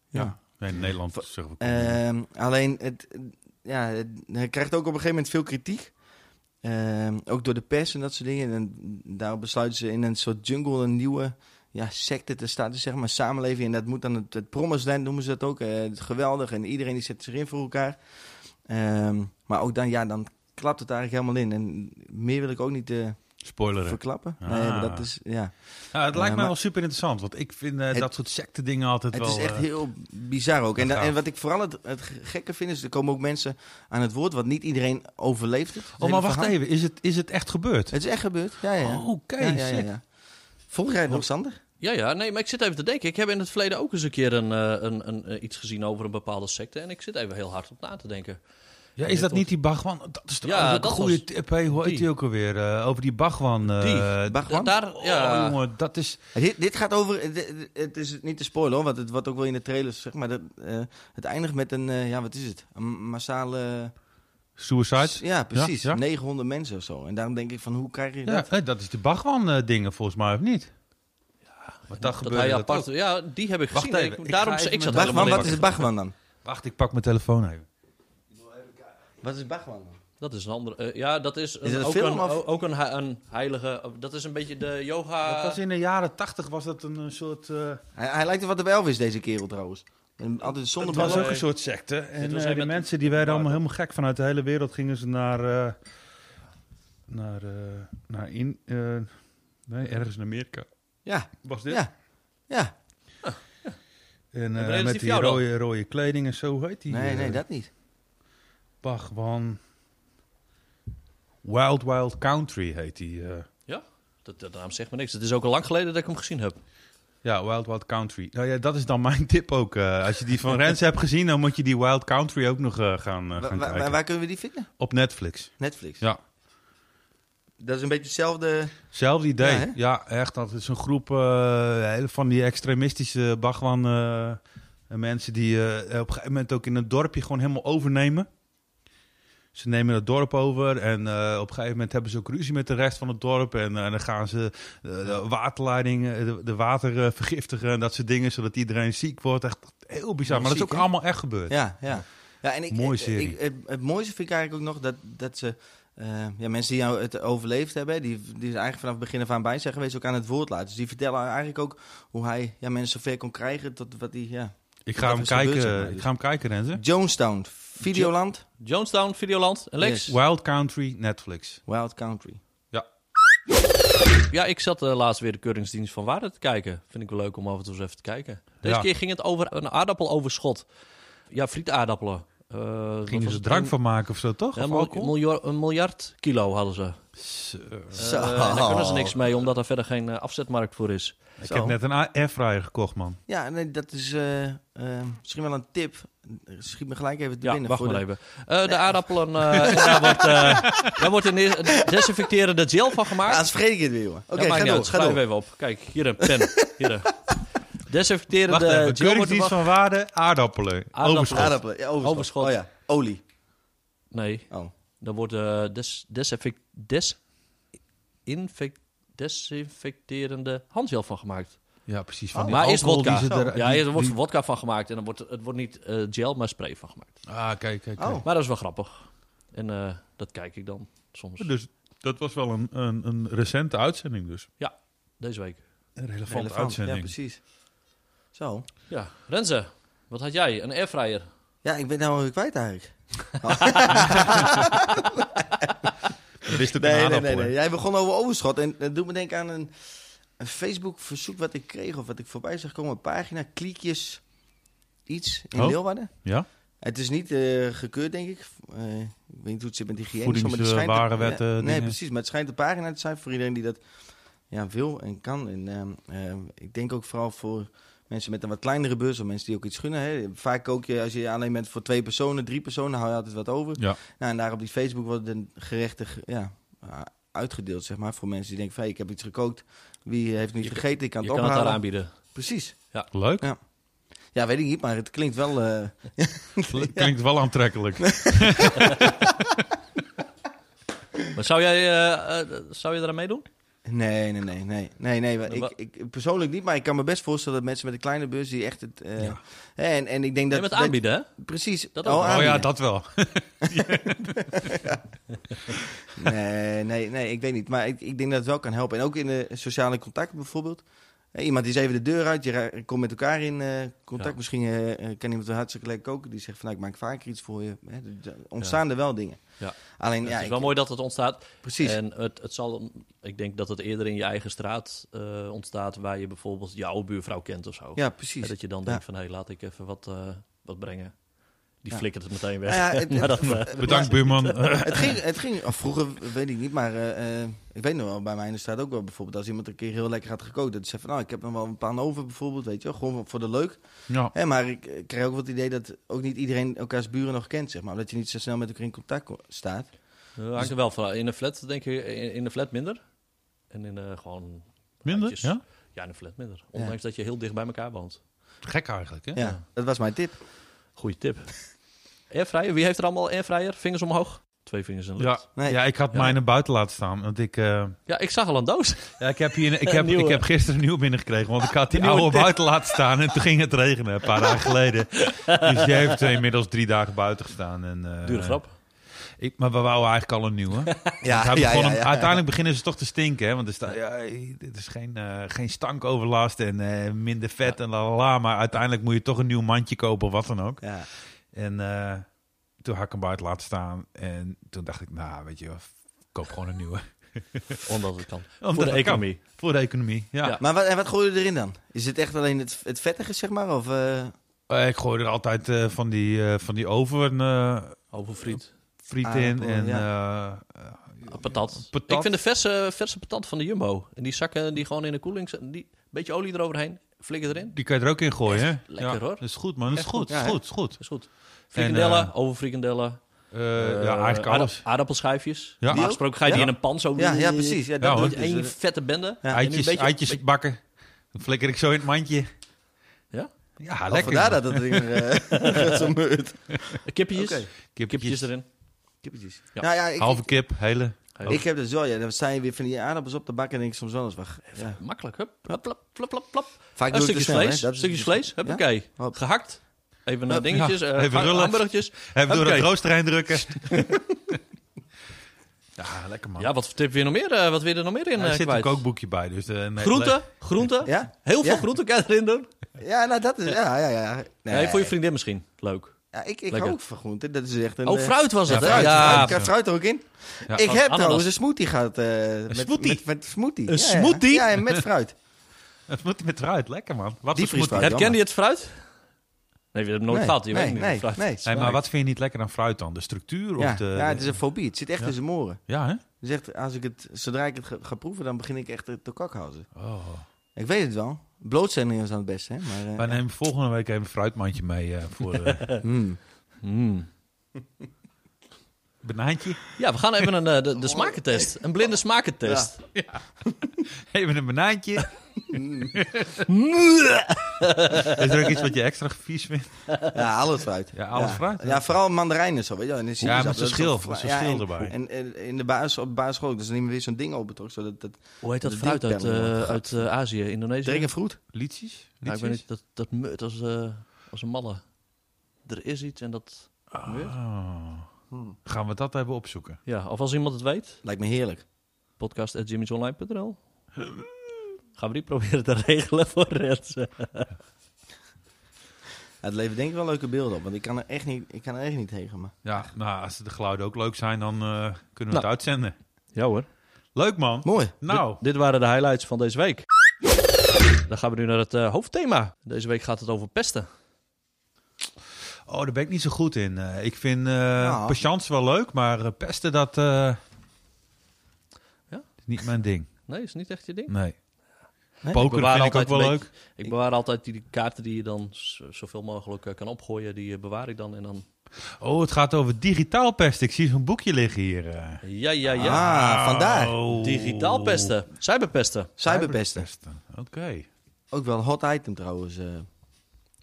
[SPEAKER 3] Ja.
[SPEAKER 1] ja.
[SPEAKER 3] Nee, in Nederland zeggen we
[SPEAKER 1] Ehm, alleen, het, ja, het- hij krijgt ook op een gegeven moment veel kritiek. Ehm, ook door de pers en dat soort dingen. En daarop besluiten ze in een soort jungle een nieuwe ja, secte te staan, dus zeg maar samenleving. En dat moet dan het, het promisland noemen ze dat ook. eh, het geweldig en iedereen die zet zich in voor elkaar. Ehm, maar ook dan, ja, dan klapt het eigenlijk helemaal in. En meer wil ik ook niet eh,
[SPEAKER 3] Spoiler.
[SPEAKER 1] verklappen.
[SPEAKER 3] Ah.
[SPEAKER 1] Nee, maar dat is, ja.
[SPEAKER 3] Nou, het
[SPEAKER 1] Ja,
[SPEAKER 3] lijkt mij
[SPEAKER 1] Eh, maar-
[SPEAKER 3] wel super interessant, want ik vind eh,
[SPEAKER 1] Het-
[SPEAKER 3] dat soort secte dingen altijd
[SPEAKER 1] Het
[SPEAKER 3] wel...
[SPEAKER 1] is echt
[SPEAKER 3] eh,
[SPEAKER 1] heel bizar ook. En,
[SPEAKER 3] wel
[SPEAKER 1] da-
[SPEAKER 3] gaaf.
[SPEAKER 1] en wat ik vooral het, het gekke vind, is er komen ook mensen aan het woord, want niet iedereen overleeft het. Het
[SPEAKER 3] Oh,
[SPEAKER 1] hele
[SPEAKER 3] maar wacht
[SPEAKER 1] verhaal.
[SPEAKER 3] even. Is het, is het echt gebeurd?
[SPEAKER 1] Het is echt gebeurd, ja, ja. ja.
[SPEAKER 3] Oh, oké,
[SPEAKER 1] Ja, ja, ja,
[SPEAKER 3] sick.
[SPEAKER 1] ja. Volg jij het nog, Sander?
[SPEAKER 2] Ja, ja, nee, maar ik zit even te denken. Ik heb in het verleden ook eens een keer een, eh, een, een, eh, iets gezien over een bepaalde secte. En ik zit even heel hard op na te denken.
[SPEAKER 3] Ja, is dat
[SPEAKER 2] tot-
[SPEAKER 3] niet die Bhagwan? Oh, Dat is toch
[SPEAKER 2] Ja,
[SPEAKER 3] ook een
[SPEAKER 2] dat
[SPEAKER 3] goede
[SPEAKER 2] was-
[SPEAKER 3] tip. hè? hoe heet
[SPEAKER 2] die.
[SPEAKER 3] die ook alweer? Eh, over die Bhagwan. eh,
[SPEAKER 2] Die.
[SPEAKER 1] Bhagwan?
[SPEAKER 2] Da- daar, ja.
[SPEAKER 3] Oh, jongen, dat is...
[SPEAKER 1] Dit, dit gaat over, het, het is niet te spoilen hoor, want het wordt ook wel in de trailers, zeg maar. Dat, eh, het eindigt met een, eh, ja, wat is het? Een massale...
[SPEAKER 3] Suicide?
[SPEAKER 1] Ja, precies.
[SPEAKER 3] ja.
[SPEAKER 1] 900 mensen of zo. En daarom denk ik van, hoe krijg je
[SPEAKER 3] Ja,
[SPEAKER 1] dat?
[SPEAKER 3] eh, dat is de Bhagwan-dingen volgens mij, of niet? Ja, maar dat
[SPEAKER 2] Dat
[SPEAKER 3] gebeurde
[SPEAKER 2] hij
[SPEAKER 3] dat
[SPEAKER 2] apart,
[SPEAKER 3] ook.
[SPEAKER 2] ja, die heb ik
[SPEAKER 3] Wacht
[SPEAKER 2] gezien.
[SPEAKER 3] even,
[SPEAKER 2] ik,
[SPEAKER 3] ik
[SPEAKER 2] daarom
[SPEAKER 3] ga even
[SPEAKER 2] ik zat
[SPEAKER 3] mijn-
[SPEAKER 2] helemaal
[SPEAKER 1] Bachman,
[SPEAKER 2] in.
[SPEAKER 1] wat is Bachman dan?
[SPEAKER 3] Wacht, ik pak mijn telefoon even.
[SPEAKER 1] Wat is Bachman dan?
[SPEAKER 2] Dat is een andere. eh, ja, dat is,
[SPEAKER 1] het een
[SPEAKER 2] ook,
[SPEAKER 1] film
[SPEAKER 2] een,
[SPEAKER 1] of-
[SPEAKER 2] o- ook een, he- een heilige. Dat is een beetje de yoga.
[SPEAKER 3] dat was in de jaren tachtig was dat een, eh, soort... eh,
[SPEAKER 1] Hij, hij lijkt er wat op Elvis, deze kerel trouwens. En altijd zonder
[SPEAKER 3] Het was
[SPEAKER 1] bril.
[SPEAKER 3] ook een soort secte. En
[SPEAKER 2] was
[SPEAKER 3] eh,
[SPEAKER 2] een
[SPEAKER 3] de
[SPEAKER 2] met-
[SPEAKER 3] mensen die werden allemaal helemaal gek. Vanuit de hele wereld gingen ze naar... eh, naar, eh, naar in, eh, nee, ergens in Amerika.
[SPEAKER 1] Ja,
[SPEAKER 3] Was dit?
[SPEAKER 1] ja, ja.
[SPEAKER 3] En eh,
[SPEAKER 2] En relatief
[SPEAKER 3] met die
[SPEAKER 2] jou dan?
[SPEAKER 3] rode, rode kleding en zo, hoe heet die?
[SPEAKER 1] Nee,
[SPEAKER 3] eh,
[SPEAKER 1] nee, dat niet.
[SPEAKER 3] Bhagwan. Wild Wild Country heet die. eh.
[SPEAKER 2] Dat, dat naam zegt me niks. Het is ook al lang geleden dat ik hem gezien heb.
[SPEAKER 3] ja, Wild Wild Country. Nou ja, dat is dan (laughs) mijn tip ook. eh. als je die
[SPEAKER 1] (laughs)
[SPEAKER 3] van Rens hebt gezien, dan moet je die Wild Country ook nog eh, gaan, eh,
[SPEAKER 1] Wa-
[SPEAKER 3] gaan
[SPEAKER 1] wa-
[SPEAKER 3] kijken.
[SPEAKER 1] waar, waar kunnen we die vinden?
[SPEAKER 3] Op Netflix.
[SPEAKER 1] Netflix.
[SPEAKER 3] Ja.
[SPEAKER 1] Dat is een beetje hetzelfde.
[SPEAKER 3] Zelfde idee.
[SPEAKER 1] Ja,
[SPEAKER 3] Ja,
[SPEAKER 1] hè?
[SPEAKER 3] echt. Dat is een groep eh, hele van die extremistische Bhagwan eh, mensen die eh, op een gegeven moment ook in een dorpje gewoon helemaal overnemen. Ze nemen het dorp over en eh, op een gegeven moment hebben ze ook ruzie met de rest van het dorp. En eh, dan gaan ze eh, de waterleiding, eh, de, de water eh, vergiftigen en dat soort dingen, zodat iedereen ziek wordt. Echt heel bizar. Maar dat is
[SPEAKER 1] Ziek,
[SPEAKER 3] ook
[SPEAKER 1] hè?
[SPEAKER 3] allemaal echt gebeurd.
[SPEAKER 1] Ja, ja. ja en ik,
[SPEAKER 3] Mooie
[SPEAKER 1] ik-
[SPEAKER 3] serie.
[SPEAKER 1] ik- het, het mooiste vind ik eigenlijk ook nog dat, dat ze. eh, ja, mensen die jou het overleefd hebben, hè, die, die zijn eigenlijk vanaf het begin af aan bij zijn geweest, ook aan het woord laten. Dus die vertellen eigenlijk ook hoe hij ja, mensen zover kon krijgen tot wat hij. Ja.
[SPEAKER 3] Ik,
[SPEAKER 1] Dat
[SPEAKER 3] ga hem
[SPEAKER 1] is gebeurd,
[SPEAKER 3] kijken,
[SPEAKER 1] zeg maar,
[SPEAKER 3] ik
[SPEAKER 1] dus.
[SPEAKER 3] ga hem kijken, Renze.
[SPEAKER 1] Jonestown, Videoland,
[SPEAKER 2] Jonestown, Videoland. En Lex.
[SPEAKER 1] Yes.
[SPEAKER 3] Wild Country Netflix.
[SPEAKER 1] Wild Country.
[SPEAKER 2] Ja, ik zat eh, laatst weer de Keuringsdienst van Waarde te kijken. Vind ik wel leuk om af en toe eens even te kijken. Deze
[SPEAKER 3] Ja.
[SPEAKER 2] keer ging het over een aardappeloverschot. Ja, frietaardappelen. Eh, wat
[SPEAKER 3] Gingen
[SPEAKER 2] was
[SPEAKER 3] ze
[SPEAKER 2] het?
[SPEAKER 3] drank van maken of zo, toch?
[SPEAKER 2] Ja,
[SPEAKER 3] Of
[SPEAKER 2] mil-
[SPEAKER 3] alcohol?
[SPEAKER 2] miljor- een miljard kilo hadden ze.
[SPEAKER 3] Zo.
[SPEAKER 2] Eh, en daar kunnen ze niks mee, omdat er verder geen eh, afzetmarkt voor is.
[SPEAKER 3] oh. Ik
[SPEAKER 1] Zo.
[SPEAKER 3] heb net een a- airfryer gekocht, man.
[SPEAKER 1] Ja, nee, dat is eh, eh, misschien wel een tip. Schiet me gelijk even te
[SPEAKER 2] Ja,
[SPEAKER 1] binnen.
[SPEAKER 2] wacht
[SPEAKER 1] voor
[SPEAKER 2] maar
[SPEAKER 1] de-
[SPEAKER 2] even. Eh, de aardappelen, eh, (laughs) daar wordt, eh daar wordt een de- desinfecterende gel van
[SPEAKER 1] Ah,
[SPEAKER 2] gemaakt.
[SPEAKER 1] anders vergeet ik het weer, jongen. Oké,
[SPEAKER 2] Ja, maakt
[SPEAKER 1] ga
[SPEAKER 2] niet
[SPEAKER 1] door,
[SPEAKER 2] uit.
[SPEAKER 1] ga
[SPEAKER 2] Schrijf
[SPEAKER 1] door.
[SPEAKER 2] even op. Kijk, hier een pen. Hier
[SPEAKER 3] (laughs)
[SPEAKER 2] een.
[SPEAKER 3] Wacht even,
[SPEAKER 2] Desinfecterende gel wordt er
[SPEAKER 3] keuringsdienst van waarde, aardappelen.
[SPEAKER 2] Aardappelen.
[SPEAKER 3] Overschot.
[SPEAKER 1] Aardappelen, ja, overschot.
[SPEAKER 2] Overschot.
[SPEAKER 1] Oh ja, olie.
[SPEAKER 2] Nee,
[SPEAKER 1] Oh.
[SPEAKER 2] dan wordt eh des, desinfect, desinfect, desinfecterende handgel van gemaakt.
[SPEAKER 3] Ja, precies. Van
[SPEAKER 1] Oh.
[SPEAKER 3] die
[SPEAKER 2] Ah, maar eerst
[SPEAKER 3] alcohol
[SPEAKER 2] wodka.
[SPEAKER 3] die ze er-
[SPEAKER 2] ja,
[SPEAKER 3] die-
[SPEAKER 2] eerst er wordt
[SPEAKER 3] die-
[SPEAKER 2] wodka van gemaakt. En dan wordt, het wordt niet eh, gel, maar spray van gemaakt.
[SPEAKER 3] Ah, kijk, kijk. kijk.
[SPEAKER 1] Oh.
[SPEAKER 2] Maar dat is wel grappig. En eh, dat kijk ik dan soms.
[SPEAKER 3] Dus dat was wel een, een, een recente uitzending dus.
[SPEAKER 2] Deze week.
[SPEAKER 3] Een relevante
[SPEAKER 1] Relevant. Ja,
[SPEAKER 3] uitzending.
[SPEAKER 1] precies. Zo.
[SPEAKER 2] Ja, Renze, wat had jij? Een airfryer?
[SPEAKER 1] Ja, ik ben nou weer kwijt
[SPEAKER 2] (laughs)
[SPEAKER 1] eigenlijk. Oh,
[SPEAKER 3] Er is ook een
[SPEAKER 1] Nee, nee,
[SPEAKER 3] aardappel,
[SPEAKER 1] nee,
[SPEAKER 3] hè?
[SPEAKER 1] nee. Jij begon over overschot. En dat doet me denken aan een, een Facebook-verzoek wat ik kreeg. Of wat ik voorbij zag komen. Een pagina, kliekjes, iets in
[SPEAKER 3] Oh.
[SPEAKER 1] Leeuwarden.
[SPEAKER 3] Ja?
[SPEAKER 1] Het is niet eh, gekeurd, denk ik. Eh, ik weet niet hoe het zit met die hygiëne.
[SPEAKER 3] Voedingswarenwet, eh,
[SPEAKER 1] Nee,
[SPEAKER 3] dingen.
[SPEAKER 1] precies. Maar het schijnt een pagina te zijn voor iedereen die dat ja, wil en kan. En ehm, ehm, ik denk ook vooral voor mensen met een wat kleinere beurs... of mensen die ook iets gunnen. Hè. Vaak kook je, als je alleen bent voor twee personen, drie personen... hou je altijd wat over.
[SPEAKER 3] Ja.
[SPEAKER 1] Nou, en daar op die Facebook worden gerechten ge- ja, eh, uitgedeeld, zeg maar. Voor mensen die denken van, hey, ik heb iets gekookt. Wie heeft niet gegeten? Ik kan
[SPEAKER 2] Je
[SPEAKER 1] het
[SPEAKER 2] kan het
[SPEAKER 1] ophalen.
[SPEAKER 2] daar aanbieden.
[SPEAKER 1] precies.
[SPEAKER 3] Leuk.
[SPEAKER 1] Ja, weet ik niet, maar het klinkt wel... eh,
[SPEAKER 3] Klinkt wel aantrekkelijk.
[SPEAKER 2] Maar zou jij, eh, eh, zou je eraan meedoen?
[SPEAKER 1] Nee, nee, nee, nee, nee, nee. maar
[SPEAKER 2] Wa-
[SPEAKER 1] Ik, ik, persoonlijk niet, maar ik kan me best voorstellen dat mensen met een kleine beurs die echt het. eh,
[SPEAKER 3] Ja.
[SPEAKER 1] hè, en, en ik denk
[SPEAKER 2] Je
[SPEAKER 1] dat.
[SPEAKER 2] met
[SPEAKER 1] dat-
[SPEAKER 2] aanbieden, hè?
[SPEAKER 1] precies.
[SPEAKER 2] Dat ook. Oh,
[SPEAKER 3] Oh ja,
[SPEAKER 1] aanbieden.
[SPEAKER 3] dat wel.
[SPEAKER 1] Nee, nee, nee, ik weet niet. Maar ik, ik denk dat het wel kan helpen. En ook in de sociale contacten bijvoorbeeld. eh, iemand die is even de deur uit, je ra- komt met elkaar in eh, contact.
[SPEAKER 2] Ja.
[SPEAKER 1] Misschien eh, eh, kan iemand wel hartstikke lekker koken. Die zegt van, nou, ik maak vaker iets voor je. Hè, er- er ontstaan er wel dingen.
[SPEAKER 2] Ja.
[SPEAKER 1] Alleen,
[SPEAKER 2] het
[SPEAKER 1] ja,
[SPEAKER 2] is
[SPEAKER 1] ik-
[SPEAKER 2] wel mooi dat het ontstaat.
[SPEAKER 1] precies.
[SPEAKER 2] En het, het zal, ik denk dat het eerder in je eigen straat eh, ontstaat, waar je bijvoorbeeld jouw buurvrouw kent of zo.
[SPEAKER 1] ja,
[SPEAKER 2] En
[SPEAKER 1] precies.
[SPEAKER 2] dat je dan
[SPEAKER 1] Ja.
[SPEAKER 2] denkt van, hé, laat ik even wat, eh, wat brengen. Die
[SPEAKER 1] Ja.
[SPEAKER 2] flikkert het meteen weg.
[SPEAKER 1] Nou ja,
[SPEAKER 2] (laughs)
[SPEAKER 1] het-
[SPEAKER 2] Maar dat, eh,
[SPEAKER 3] Bedankt, buurman.
[SPEAKER 1] (laughs) Het ging, het ging of vroeger weet ik niet, maar eh, eh, ik weet nog wel, bij mij in de straat ook wel bijvoorbeeld. Als iemand een keer heel lekker had gekookt, dat ze zegt van, nou, ik heb nog wel een paar over bijvoorbeeld, weet je wel. Gewoon voor de leuk.
[SPEAKER 3] ja.
[SPEAKER 1] Hè, maar ik eh, krijg ook wel het idee dat ook niet iedereen elkaars buren nog kent, zeg maar. Omdat je niet zo snel met elkaar in contact ko- staat.
[SPEAKER 2] eh, hangt er wel van. In een flat denk je, in, in een flat minder. En in eh, gewoon...
[SPEAKER 3] Minder?
[SPEAKER 2] rijtjes.
[SPEAKER 3] Ja?
[SPEAKER 2] Ja, in een flat minder. Ondanks dat je heel dicht bij elkaar woont.
[SPEAKER 3] Gek eigenlijk, hè?
[SPEAKER 1] Ja, dat was mijn tip.
[SPEAKER 2] Goeie
[SPEAKER 3] (laughs)
[SPEAKER 2] tip. airfryer, wie heeft er allemaal airfryer? Vingers omhoog? Twee vingers in de lucht.
[SPEAKER 3] Ja,
[SPEAKER 1] Nee.
[SPEAKER 3] ja, ik had
[SPEAKER 2] Ja.
[SPEAKER 3] mijn er buiten laten staan. Want ik, eh,
[SPEAKER 2] Ja, ik zag al een doos.
[SPEAKER 3] ja, ik, heb hier, ik, heb,
[SPEAKER 2] Nieuwe.
[SPEAKER 3] ik heb gisteren een nieuw binnengekregen. Want ik had die
[SPEAKER 2] Een nieuwe
[SPEAKER 3] oude
[SPEAKER 2] tip.
[SPEAKER 3] buiten laten staan. En toen ging het regenen, een paar dagen geleden. Dus die heeft eh, inmiddels drie dagen buiten gestaan. En, eh,
[SPEAKER 2] Dure grap.
[SPEAKER 3] Ik, maar we wouden eigenlijk al een nieuwe. Want hij begon hem- Uiteindelijk beginnen ze toch te stinken. Hè? Want er staat, ja, dit is geen, eh, geen stankoverlast en eh, minder vet en la la la. Maar uiteindelijk moet je toch een nieuw mandje kopen of wat dan ook.
[SPEAKER 1] Ja.
[SPEAKER 3] En eh, toen had ik hem buiten laten staan. En toen dacht ik, nou, weet je wel, f- koop gewoon een nieuwe. (laughs)
[SPEAKER 2] Omdat het kan. Voor
[SPEAKER 3] Omdat
[SPEAKER 2] de
[SPEAKER 3] het kan.
[SPEAKER 2] economie.
[SPEAKER 3] Voor de economie, ja.
[SPEAKER 2] Ja.
[SPEAKER 1] Maar wat, en wat gooi je erin dan? Is het echt alleen het, het vettige, zeg maar? Of, eh,
[SPEAKER 3] Eh, ik gooi er altijd eh, van die, eh, van die oven eh
[SPEAKER 2] Overfriet.
[SPEAKER 3] friet in.
[SPEAKER 1] Aardappelen,
[SPEAKER 3] En eh,
[SPEAKER 2] Patat.
[SPEAKER 3] Patat.
[SPEAKER 2] Ik vind de verse, verse patat van de Jumbo. En die zakken die gewoon in de koeling... z- Die, beetje olie eroverheen. Flikker erin.
[SPEAKER 3] die kan je er ook in gooien. hè?
[SPEAKER 2] lekker,
[SPEAKER 3] ja.
[SPEAKER 2] hoor.
[SPEAKER 3] Dat is goed, man. Dat is
[SPEAKER 2] Echt
[SPEAKER 3] goed.
[SPEAKER 1] goed.
[SPEAKER 3] is
[SPEAKER 1] Ja,
[SPEAKER 3] goed, is goed.
[SPEAKER 2] Is goed. Frikandellen,
[SPEAKER 3] eh,
[SPEAKER 2] overfrikandellen.
[SPEAKER 3] Eh,
[SPEAKER 2] eh,
[SPEAKER 3] ja, eigenlijk
[SPEAKER 2] aarda-
[SPEAKER 3] alles.
[SPEAKER 2] Aardappelschijfjes.
[SPEAKER 3] Ja.
[SPEAKER 2] Normaal gesproken ga je
[SPEAKER 1] Ja.
[SPEAKER 2] die in een pan zo...
[SPEAKER 1] ja, ja, precies. Ja,
[SPEAKER 3] Ja,
[SPEAKER 1] dat
[SPEAKER 3] hoor.
[SPEAKER 1] doet dus,
[SPEAKER 2] Eén
[SPEAKER 1] eh,
[SPEAKER 2] vette bende.
[SPEAKER 1] Ja.
[SPEAKER 2] En nu een
[SPEAKER 3] Eitjes,
[SPEAKER 2] beetje-
[SPEAKER 3] eitjes bakken. Dan flikker ik zo in het mandje.
[SPEAKER 2] Ja?
[SPEAKER 3] Ja,
[SPEAKER 1] al
[SPEAKER 3] lekker.
[SPEAKER 1] Vandaar dat dat ding er eh, (laughs)
[SPEAKER 2] (laughs)
[SPEAKER 1] zo meurt.
[SPEAKER 2] Kippetjes.
[SPEAKER 1] Oké.
[SPEAKER 2] Kippetjes erin.
[SPEAKER 1] Kippetjes.
[SPEAKER 2] Ja.
[SPEAKER 1] Nou ja, ik,
[SPEAKER 3] Halve kip, hele.
[SPEAKER 1] ik heb dus wel, ja, dan zijn je weer van die aardappels op de bak en denk ik soms anders. Wacht, ja.
[SPEAKER 2] Makkelijk. Hup, hup, plap, plap, plap, plap.
[SPEAKER 1] Vaak
[SPEAKER 2] Een
[SPEAKER 1] doe ik te
[SPEAKER 2] stukje
[SPEAKER 1] snel, hè.
[SPEAKER 2] vlees.
[SPEAKER 1] Dat
[SPEAKER 2] Een
[SPEAKER 1] is- dus-
[SPEAKER 2] stukje vlees. Huppakee.
[SPEAKER 1] Hop.
[SPEAKER 2] Gehakt. Even eh,
[SPEAKER 1] Hup.
[SPEAKER 2] dingetjes.
[SPEAKER 3] Ja,
[SPEAKER 2] eh,
[SPEAKER 3] even
[SPEAKER 2] ha-
[SPEAKER 3] rullen.
[SPEAKER 2] Hamburgertjes.
[SPEAKER 3] Even door
[SPEAKER 2] Oké.
[SPEAKER 3] het rooster
[SPEAKER 2] (laughs)
[SPEAKER 3] heen drukken. ja, lekker man.
[SPEAKER 2] Ja, wat tip weer nog meer? eh, wat wil je er nog meer in
[SPEAKER 3] er
[SPEAKER 2] eh,
[SPEAKER 3] zit
[SPEAKER 2] kwijt?
[SPEAKER 3] een kookboekje bij. Dus, eh, nee,
[SPEAKER 2] Groenten. Groenten.
[SPEAKER 1] Ja?
[SPEAKER 2] Heel veel
[SPEAKER 1] Ja.
[SPEAKER 2] groenten kan je erin doen.
[SPEAKER 1] Ja, nou dat is, ja, ja, ja. Nee,
[SPEAKER 2] Nee, voor je vriendin misschien. Leuk.
[SPEAKER 1] ja, ik ik
[SPEAKER 2] Lekker.
[SPEAKER 1] hou ook van groenten. Dat is echt een...
[SPEAKER 2] Oh,
[SPEAKER 1] eh,
[SPEAKER 2] fruit was
[SPEAKER 3] ja,
[SPEAKER 2] het, hè?
[SPEAKER 1] fruit.
[SPEAKER 2] Ja,
[SPEAKER 1] Ik heb fruit er ook in.
[SPEAKER 3] Ja,
[SPEAKER 1] ik
[SPEAKER 2] van
[SPEAKER 1] heb
[SPEAKER 2] ananas.
[SPEAKER 1] trouwens een smoothie gehad. eh, met,
[SPEAKER 3] smoothie?
[SPEAKER 1] Met, met smoothie.
[SPEAKER 2] Een
[SPEAKER 1] Ja, ja.
[SPEAKER 2] smoothie?
[SPEAKER 1] Ja, en met fruit.
[SPEAKER 3] (laughs) Het moet met fruit. Lekker man. Wat
[SPEAKER 1] Die
[SPEAKER 3] voor smoothie?
[SPEAKER 1] vriesbouw.
[SPEAKER 2] Herkende je het fruit? Nee, we hebben het (laughs) nooit
[SPEAKER 1] Nee,
[SPEAKER 2] gehad. Je
[SPEAKER 1] nee,
[SPEAKER 2] weet niet
[SPEAKER 1] nee,
[SPEAKER 2] of fruit.
[SPEAKER 1] nee.
[SPEAKER 3] Nee, maar wat vind je niet lekker aan fruit dan? De structuur?
[SPEAKER 1] Ja,
[SPEAKER 3] of de,
[SPEAKER 1] ja, het is een fobie. Het zit echt
[SPEAKER 3] Ja.
[SPEAKER 1] in zijn moren.
[SPEAKER 3] ja hè?
[SPEAKER 1] Dus echt, als ik het, zodra ik het ga, ga proeven, dan begin ik echt te te kakhouden.
[SPEAKER 3] Oh.
[SPEAKER 1] Ik weet het wel. Bloot zijn is aan het beste, hè. Maar, eh,
[SPEAKER 3] Wij nemen volgende week even een fruitmandje mee eh, voor eh
[SPEAKER 2] (laughs)
[SPEAKER 1] mm.
[SPEAKER 2] Mm.
[SPEAKER 3] banaantje.
[SPEAKER 2] Ja, we gaan even een, (laughs) eh, de, de smakentest. Een blinde smakentest.
[SPEAKER 3] Even een banaantje.
[SPEAKER 2] Hmm.
[SPEAKER 3] Is er ook iets wat je extra vies vindt?
[SPEAKER 1] Ja, alles fruit.
[SPEAKER 3] Ja, alles fruit, hè.
[SPEAKER 1] Ja, vooral mandarijnen zo, weet je wel. En dan zie je
[SPEAKER 3] Ja,
[SPEAKER 1] dat,
[SPEAKER 3] met zo'n
[SPEAKER 1] dat is toch-
[SPEAKER 3] schil, met zo'n schil
[SPEAKER 1] en-
[SPEAKER 3] erbij.
[SPEAKER 1] En, en in de baas, op de basisschool, dus dan nemen we weer zo'n ding open, toch? Zodat dat...
[SPEAKER 2] Hoe heet dat
[SPEAKER 1] De
[SPEAKER 2] fruit uit,
[SPEAKER 1] diepellen,
[SPEAKER 2] eh,
[SPEAKER 1] man.
[SPEAKER 2] uit eh, Azië, Indonesië?
[SPEAKER 1] Drink en fruit.
[SPEAKER 3] Liedjes?
[SPEAKER 2] Ja, Nou, ik weet niet, dat, dat meurt als, eh, als een malle. Er is iets en dat...
[SPEAKER 3] Oh. Gaan we dat even opzoeken?
[SPEAKER 2] Ja, of als iemand het weet,
[SPEAKER 1] Lijkt me heerlijk.
[SPEAKER 2] podcast.jimmyjohnline.nl Gaan we die proberen te regelen voor Rens.
[SPEAKER 1] Het levert denk ik wel leuke beelden op, want ik kan er echt niet, ik kan er echt niet tegen. Maar.
[SPEAKER 3] Ja, nou, als de geluiden ook leuk zijn, dan eh, kunnen we het
[SPEAKER 2] Nou.
[SPEAKER 3] uitzenden.
[SPEAKER 2] Ja hoor.
[SPEAKER 3] Leuk man.
[SPEAKER 1] Mooi.
[SPEAKER 3] Nou,
[SPEAKER 2] Dit waren de highlights van deze week. Dan gaan we nu naar het eh, hoofdthema. Deze week gaat het over pesten.
[SPEAKER 3] oh, daar ben ik niet zo goed in. Eh, ik vind eh
[SPEAKER 1] Nou.
[SPEAKER 3] patience wel leuk, maar eh, pesten dat eh,
[SPEAKER 2] Ja?
[SPEAKER 3] is niet mijn ding.
[SPEAKER 2] Nee, is niet echt je ding.
[SPEAKER 3] Nee.
[SPEAKER 1] Nee?
[SPEAKER 2] Ik
[SPEAKER 3] Poker
[SPEAKER 2] bewaar
[SPEAKER 3] vind ik ook
[SPEAKER 2] altijd
[SPEAKER 3] wel
[SPEAKER 2] een
[SPEAKER 3] leuk.
[SPEAKER 2] Ik bewaar altijd die kaarten die je dan z- zoveel mogelijk eh, kan opgooien. Die eh, bewaar ik dan en dan...
[SPEAKER 3] Oh, het gaat over digitaal pesten. Ik zie zo'n boekje liggen hier. eh.
[SPEAKER 2] Ja, ja, ja.
[SPEAKER 1] Ah, vandaar.
[SPEAKER 3] Oh.
[SPEAKER 2] Digitaal pesten. Cyberpesten.
[SPEAKER 1] Cyberpesten.
[SPEAKER 3] Oké.
[SPEAKER 1] Ook wel een hot item trouwens. eh.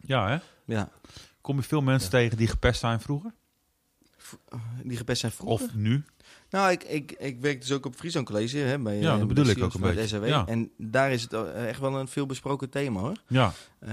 [SPEAKER 3] Ja, hè?
[SPEAKER 1] ja.
[SPEAKER 3] Kom je veel mensen tegen die gepest zijn vroeger?
[SPEAKER 1] Die gepest zijn vroeger.
[SPEAKER 3] Of nu?
[SPEAKER 1] Nou, ik, ik, ik werk dus ook op Friesland College. Hè, bij,
[SPEAKER 3] Ja,
[SPEAKER 1] eh,
[SPEAKER 3] dat
[SPEAKER 1] bij
[SPEAKER 3] bedoel ik
[SPEAKER 1] CIO's
[SPEAKER 3] ook een
[SPEAKER 1] van het
[SPEAKER 3] beetje.
[SPEAKER 1] SRW.
[SPEAKER 3] Ja.
[SPEAKER 1] E. En daar is het eh, echt wel een veelbesproken thema hoor.
[SPEAKER 3] Ja.
[SPEAKER 1] Eh,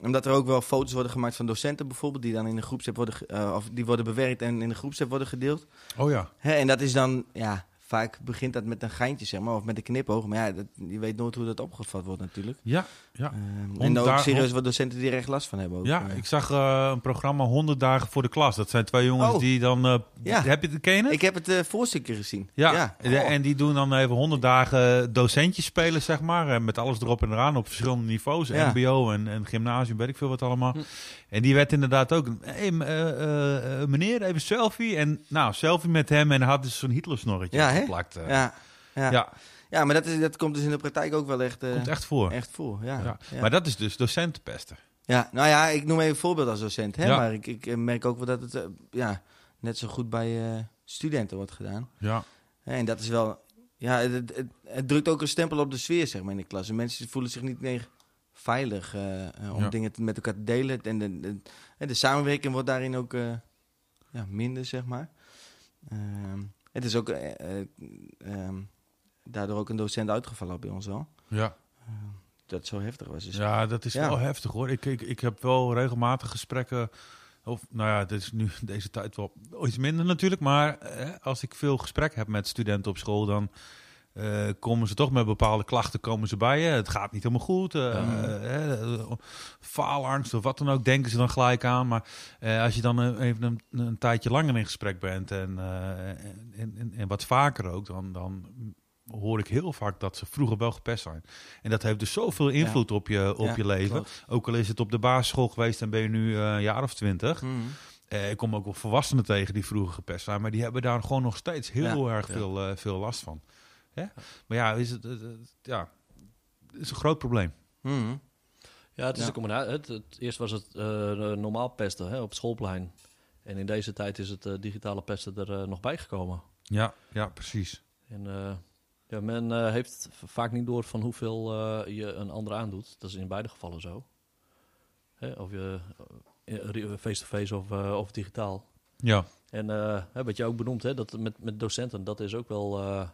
[SPEAKER 1] omdat er ook wel foto's worden gemaakt van docenten bijvoorbeeld, die dan in de groepsapp worden, ge- eh, of die worden bewerkt en in de groepsapp worden gedeeld.
[SPEAKER 3] Oh ja.
[SPEAKER 1] Hè, en dat is dan, ja, Vaak begint dat met een geintje, zeg maar, of met een knipoog. Maar ja, dat, je weet nooit hoe dat opgevat wordt natuurlijk.
[SPEAKER 3] Ja, ja.
[SPEAKER 1] Ehm,
[SPEAKER 3] Om
[SPEAKER 1] en ook
[SPEAKER 3] daar-
[SPEAKER 1] serieus wat docenten die er echt last van hebben. Ook.
[SPEAKER 3] ja,
[SPEAKER 1] Eh,
[SPEAKER 3] ik zag eh, een programma 100 dagen voor de klas. Dat zijn twee jongens
[SPEAKER 1] Oh.
[SPEAKER 3] die dan... eh,
[SPEAKER 1] Ja.
[SPEAKER 3] Heb je het, ken je het?
[SPEAKER 1] ik heb het eh voorstukje gezien.
[SPEAKER 3] Ja,
[SPEAKER 1] Oh.
[SPEAKER 3] de- en die doen dan even 100 dagen docentjes spelen, zeg maar. eh, Met alles erop en eraan op verschillende niveaus.
[SPEAKER 1] Ja.
[SPEAKER 3] MBO en, en gymnasium, weet ik veel wat allemaal.
[SPEAKER 2] Hm.
[SPEAKER 3] En die werd inderdaad ook... Hey, m- eh, eh, eh, meneer, even selfie. En nou, selfie met hem. En hij had dus zo'n Hitler-snorretje
[SPEAKER 1] Ja, hè?
[SPEAKER 3] geplakt. eh.
[SPEAKER 1] ja, ja. ja.
[SPEAKER 3] Ja,
[SPEAKER 1] maar dat, is, dat komt dus in de praktijk ook wel echt, eh,
[SPEAKER 3] komt echt voor.
[SPEAKER 1] echt voor. Ja.
[SPEAKER 3] Ja.
[SPEAKER 1] Ja.
[SPEAKER 3] Maar dat is dus docentenpesten.
[SPEAKER 1] Ja, nou ja, ik noem even een voorbeeld als docent. Hè?
[SPEAKER 3] Ja.
[SPEAKER 1] Maar ik, ik eh, merk ook wel dat het eh, ja, net zo goed bij eh, studenten wordt gedaan.
[SPEAKER 3] Ja.
[SPEAKER 1] Hè, En dat is wel... Ja, het, het, het- het drukt ook een stempel op de sfeer zeg maar, in de klas. En mensen voelen zich niet meer veilig eh, eh, om
[SPEAKER 3] Ja.
[SPEAKER 1] dingen te- met elkaar te delen. En de, de, en de samenwerking wordt daarin ook eh, ja, minder, zeg maar. Ehm, het is ook eh, eh, ehm, daardoor ook een docent uitgevallen bij ons al.
[SPEAKER 3] Ja.
[SPEAKER 1] Dat zo heftig was. Dus
[SPEAKER 3] ja, dat is
[SPEAKER 1] Ja.
[SPEAKER 3] wel heftig hoor. Ik, ik, ik heb wel regelmatig gesprekken. Of, nou ja, dit is nu (laughs) deze tijd wel iets minder natuurlijk. Maar eh, als ik veel gesprek heb met studenten op school, dan eh, komen ze toch met bepaalde klachten komen ze bij je. Het gaat niet helemaal goed. eh, eh, eh, faalangst of wat dan ook, denken ze dan gelijk aan. Maar eh, als je dan eh, even een, een tijdje langer in gesprek bent en, eh, en, en, en wat vaker ook, dan, dan hoor ik heel vaak dat ze vroeger wel gepest zijn. En dat heeft dus zoveel invloed op je, op
[SPEAKER 1] Ja,
[SPEAKER 3] je leven.
[SPEAKER 1] klopt.
[SPEAKER 3] Ook al is het op de basisschool geweest en ben je nu eh, een jaar of twintig.
[SPEAKER 1] Mhm.
[SPEAKER 3] Eh, ik kom ook wel volwassenen tegen die vroeger gepest zijn, maar die hebben daar gewoon nog steeds heel
[SPEAKER 1] Ja,
[SPEAKER 3] erg
[SPEAKER 1] ja.
[SPEAKER 3] veel, eh, veel last van. Hè? Maar ja, is het, het- het- ja, het is een groot probleem.
[SPEAKER 1] Mhm.
[SPEAKER 2] Ja, het is
[SPEAKER 1] Ja.
[SPEAKER 2] een combinatie. Het, het- eerst was het eh, eh, normaal pesten hè, op schoolplein. En in deze tijd is het eh, digitale pesten er eh, nog bijgekomen.
[SPEAKER 3] Ja, ja precies.
[SPEAKER 2] En eh, ja, men eh, heeft v- vaak niet door van hoeveel eh, je een ander aandoet. Dat is in beide gevallen zo. Hè, of je eh, re- face-to-face of, eh, of digitaal.
[SPEAKER 3] Ja,
[SPEAKER 2] En eh, hè, wat je ook benoemt, hè, dat met, met docenten, dat is ook wel eh,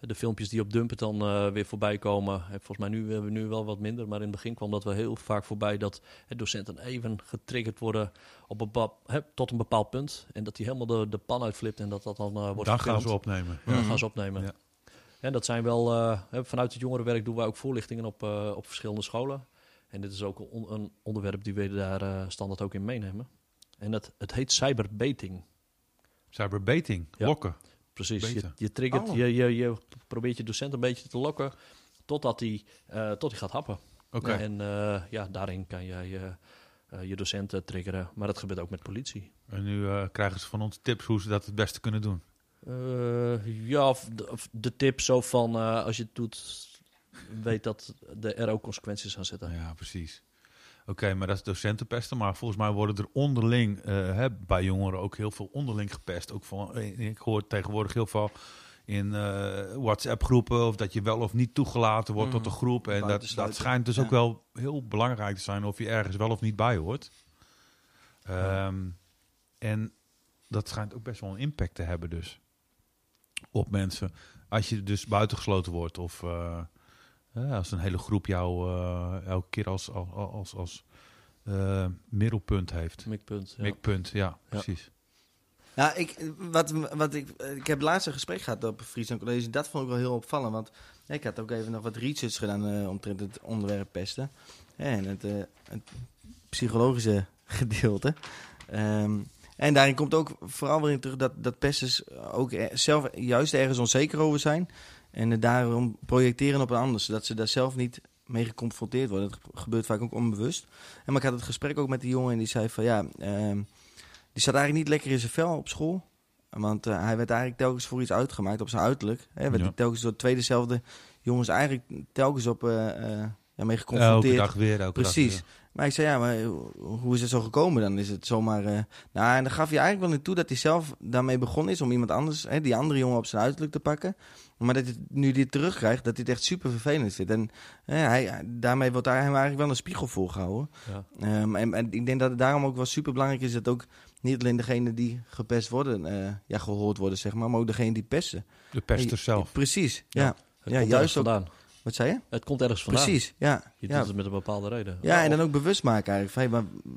[SPEAKER 2] de filmpjes die op Dumpet dan eh, weer voorbij komen. En volgens mij nu hebben we nu wel wat minder, maar in het begin kwam dat wel heel vaak voorbij dat hè, docenten even getriggerd worden op een bepaal- hè, tot een bepaald punt. En dat die helemaal de, de pan uitflipt en dat dat dan eh, wordt
[SPEAKER 3] dan gaan
[SPEAKER 2] gefilmd.
[SPEAKER 3] ze opnemen.
[SPEAKER 2] Ja,
[SPEAKER 1] Mhm.
[SPEAKER 2] gaan ze opnemen.
[SPEAKER 3] Ja.
[SPEAKER 2] En dat zijn wel, eh, hè, vanuit het jongerenwerk doen wij ook voorlichtingen op, eh, op verschillende scholen. En dit is ook een on- een onderwerp die we daar eh, standaard ook in meenemen. En dat, het heet cyberbeting.
[SPEAKER 3] Cyberbeting,
[SPEAKER 2] Ja.
[SPEAKER 3] lokken.
[SPEAKER 2] Precies, je,
[SPEAKER 3] Beter.
[SPEAKER 2] je triggert,
[SPEAKER 1] Oh.
[SPEAKER 2] je, je, je probeert je docent een beetje te lokken totdat hij eh, tot hij gaat happen.
[SPEAKER 3] Oké.
[SPEAKER 2] En eh, ja, daarin kan jij je, eh, je docent eh, triggeren, maar dat gebeurt ook met politie.
[SPEAKER 3] En nu eh, krijgen ze van ons tips hoe ze dat het beste kunnen doen.
[SPEAKER 2] Eh, ja, of de, of de tip zo van eh, als je het doet, weet dat de, er ook consequenties aan zitten.
[SPEAKER 3] Ja, precies. Oké, maar dat is docentenpesten. Maar volgens mij worden er onderling eh, hè, bij jongeren ook heel veel onderling gepest. Ook van, eh, ik hoor tegenwoordig heel veel in eh, WhatsApp-groepen of dat je wel of niet toegelaten wordt
[SPEAKER 1] Mhm.
[SPEAKER 3] tot een groep. En dat, dat
[SPEAKER 1] Buitensluiten.
[SPEAKER 3] schijnt dus
[SPEAKER 1] Ja.
[SPEAKER 3] ook wel heel belangrijk te zijn of je ergens wel of niet bij hoort. Ehm, En dat schijnt ook best wel een impact te hebben dus op mensen. Als je dus buitengesloten wordt of eh, eh, als een hele groep jou eh, elke keer als, als, als, als eh, middelpunt heeft.
[SPEAKER 2] Mikpunt. Ja.
[SPEAKER 3] Mikpunt, ja, precies.
[SPEAKER 1] Nou, ik, wat, wat ik, ik heb laatst een gesprek gehad op Friesland College. Dat vond ik wel heel opvallend. Want ik had ook even nog wat research gedaan eh, omtrent het onderwerp pesten. En het, eh, het psychologische (laughs) gedeelte. Ehm, en daarin komt ook vooral weer in terug dat, dat pesters ook eh, zelf juist ergens onzeker over zijn. En het daarom projecteren op een ander. Zodat ze daar zelf niet mee geconfronteerd worden. Dat gebeurt vaak ook onbewust. En maar ik had het gesprek ook met die jongen en die zei van ja... ehm, die zat eigenlijk niet lekker in zijn vel op school. Want eh, hij werd eigenlijk telkens voor iets uitgemaakt op zijn uiterlijk. Hè, werd
[SPEAKER 3] Ja.
[SPEAKER 1] hij telkens door twee dezelfde jongens eigenlijk telkens op, eh, eh, ja, mee
[SPEAKER 3] Elke
[SPEAKER 1] geconfronteerd.
[SPEAKER 3] dag weer, elke
[SPEAKER 1] Precies.
[SPEAKER 3] dag weer.
[SPEAKER 1] Maar ik zei, ja, maar ho- hoe is het zo gekomen? Dan is het zomaar... eh, nou, en dan gaf je eigenlijk wel in toe dat hij zelf daarmee begonnen is... om iemand anders, hè, die andere jongen, op zijn uiterlijk te pakken. Maar dat hij het- nu dit terugkrijgt, dat hij het echt super vervelend vindt. En hè, hij, daarmee wordt hij hem eigenlijk wel een spiegel voorgehouden.
[SPEAKER 2] Ja.
[SPEAKER 1] Ehm, en, en ik denk dat het daarom ook wel super belangrijk is... dat ook niet alleen degene die gepest worden, eh, ja, gehoord worden, zeg maar... maar ook degene die pesten.
[SPEAKER 3] De pester zelf.
[SPEAKER 1] Precies,
[SPEAKER 2] Ja.
[SPEAKER 1] ja.
[SPEAKER 2] Het
[SPEAKER 1] Ja,
[SPEAKER 2] komt
[SPEAKER 1] juist
[SPEAKER 2] ergens
[SPEAKER 1] ook
[SPEAKER 2] vandaan.
[SPEAKER 1] Wat zei je?
[SPEAKER 2] Het komt ergens vandaan.
[SPEAKER 1] Precies, ja.
[SPEAKER 2] Je
[SPEAKER 1] ja.
[SPEAKER 2] doet het met een bepaalde reden.
[SPEAKER 1] Ja, en dan ook bewust maken eigenlijk. Van, hé, waar,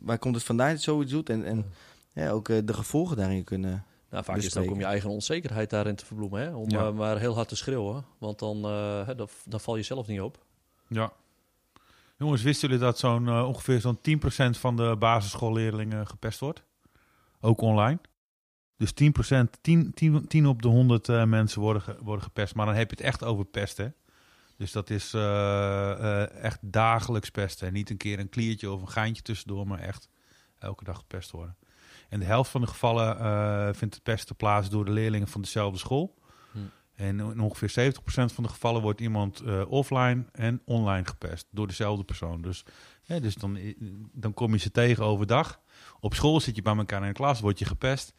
[SPEAKER 1] waar komt het vandaan dat je zoiets doet? En, en ja. ook eh, de gevolgen daarin kunnen
[SPEAKER 2] Nou, vaak is het ook
[SPEAKER 1] bespreken.
[SPEAKER 2] om je eigen onzekerheid daarin te verbloemen. Hè? Om
[SPEAKER 3] Ja.
[SPEAKER 2] eh, maar heel hard te schreeuwen. Want dan, eh, hè, dan, dan val je zelf niet op.
[SPEAKER 3] Ja. Jongens, wisten jullie dat zo'n, eh, ongeveer zo'n 10% van de basisschoolleerlingen gepest wordt? Ook online. Dus 10%, 10, 10, 10 op de 100 eh, mensen worden, ge- worden gepest. Maar dan heb je het echt over pesten. Dus dat is eh, eh, echt dagelijks pesten. Niet een keer een kliertje of een geintje tussendoor, maar echt elke dag gepest worden. En de helft van de gevallen eh, vindt het pesten plaats door de leerlingen van dezelfde school.
[SPEAKER 2] Hm.
[SPEAKER 3] En in ongeveer 70% van de gevallen wordt iemand eh, offline en online gepest door dezelfde persoon. Dus, hè, dus dan, i- dan kom je ze tegen overdag. Op school zit je bij elkaar in de klas, word je gepest.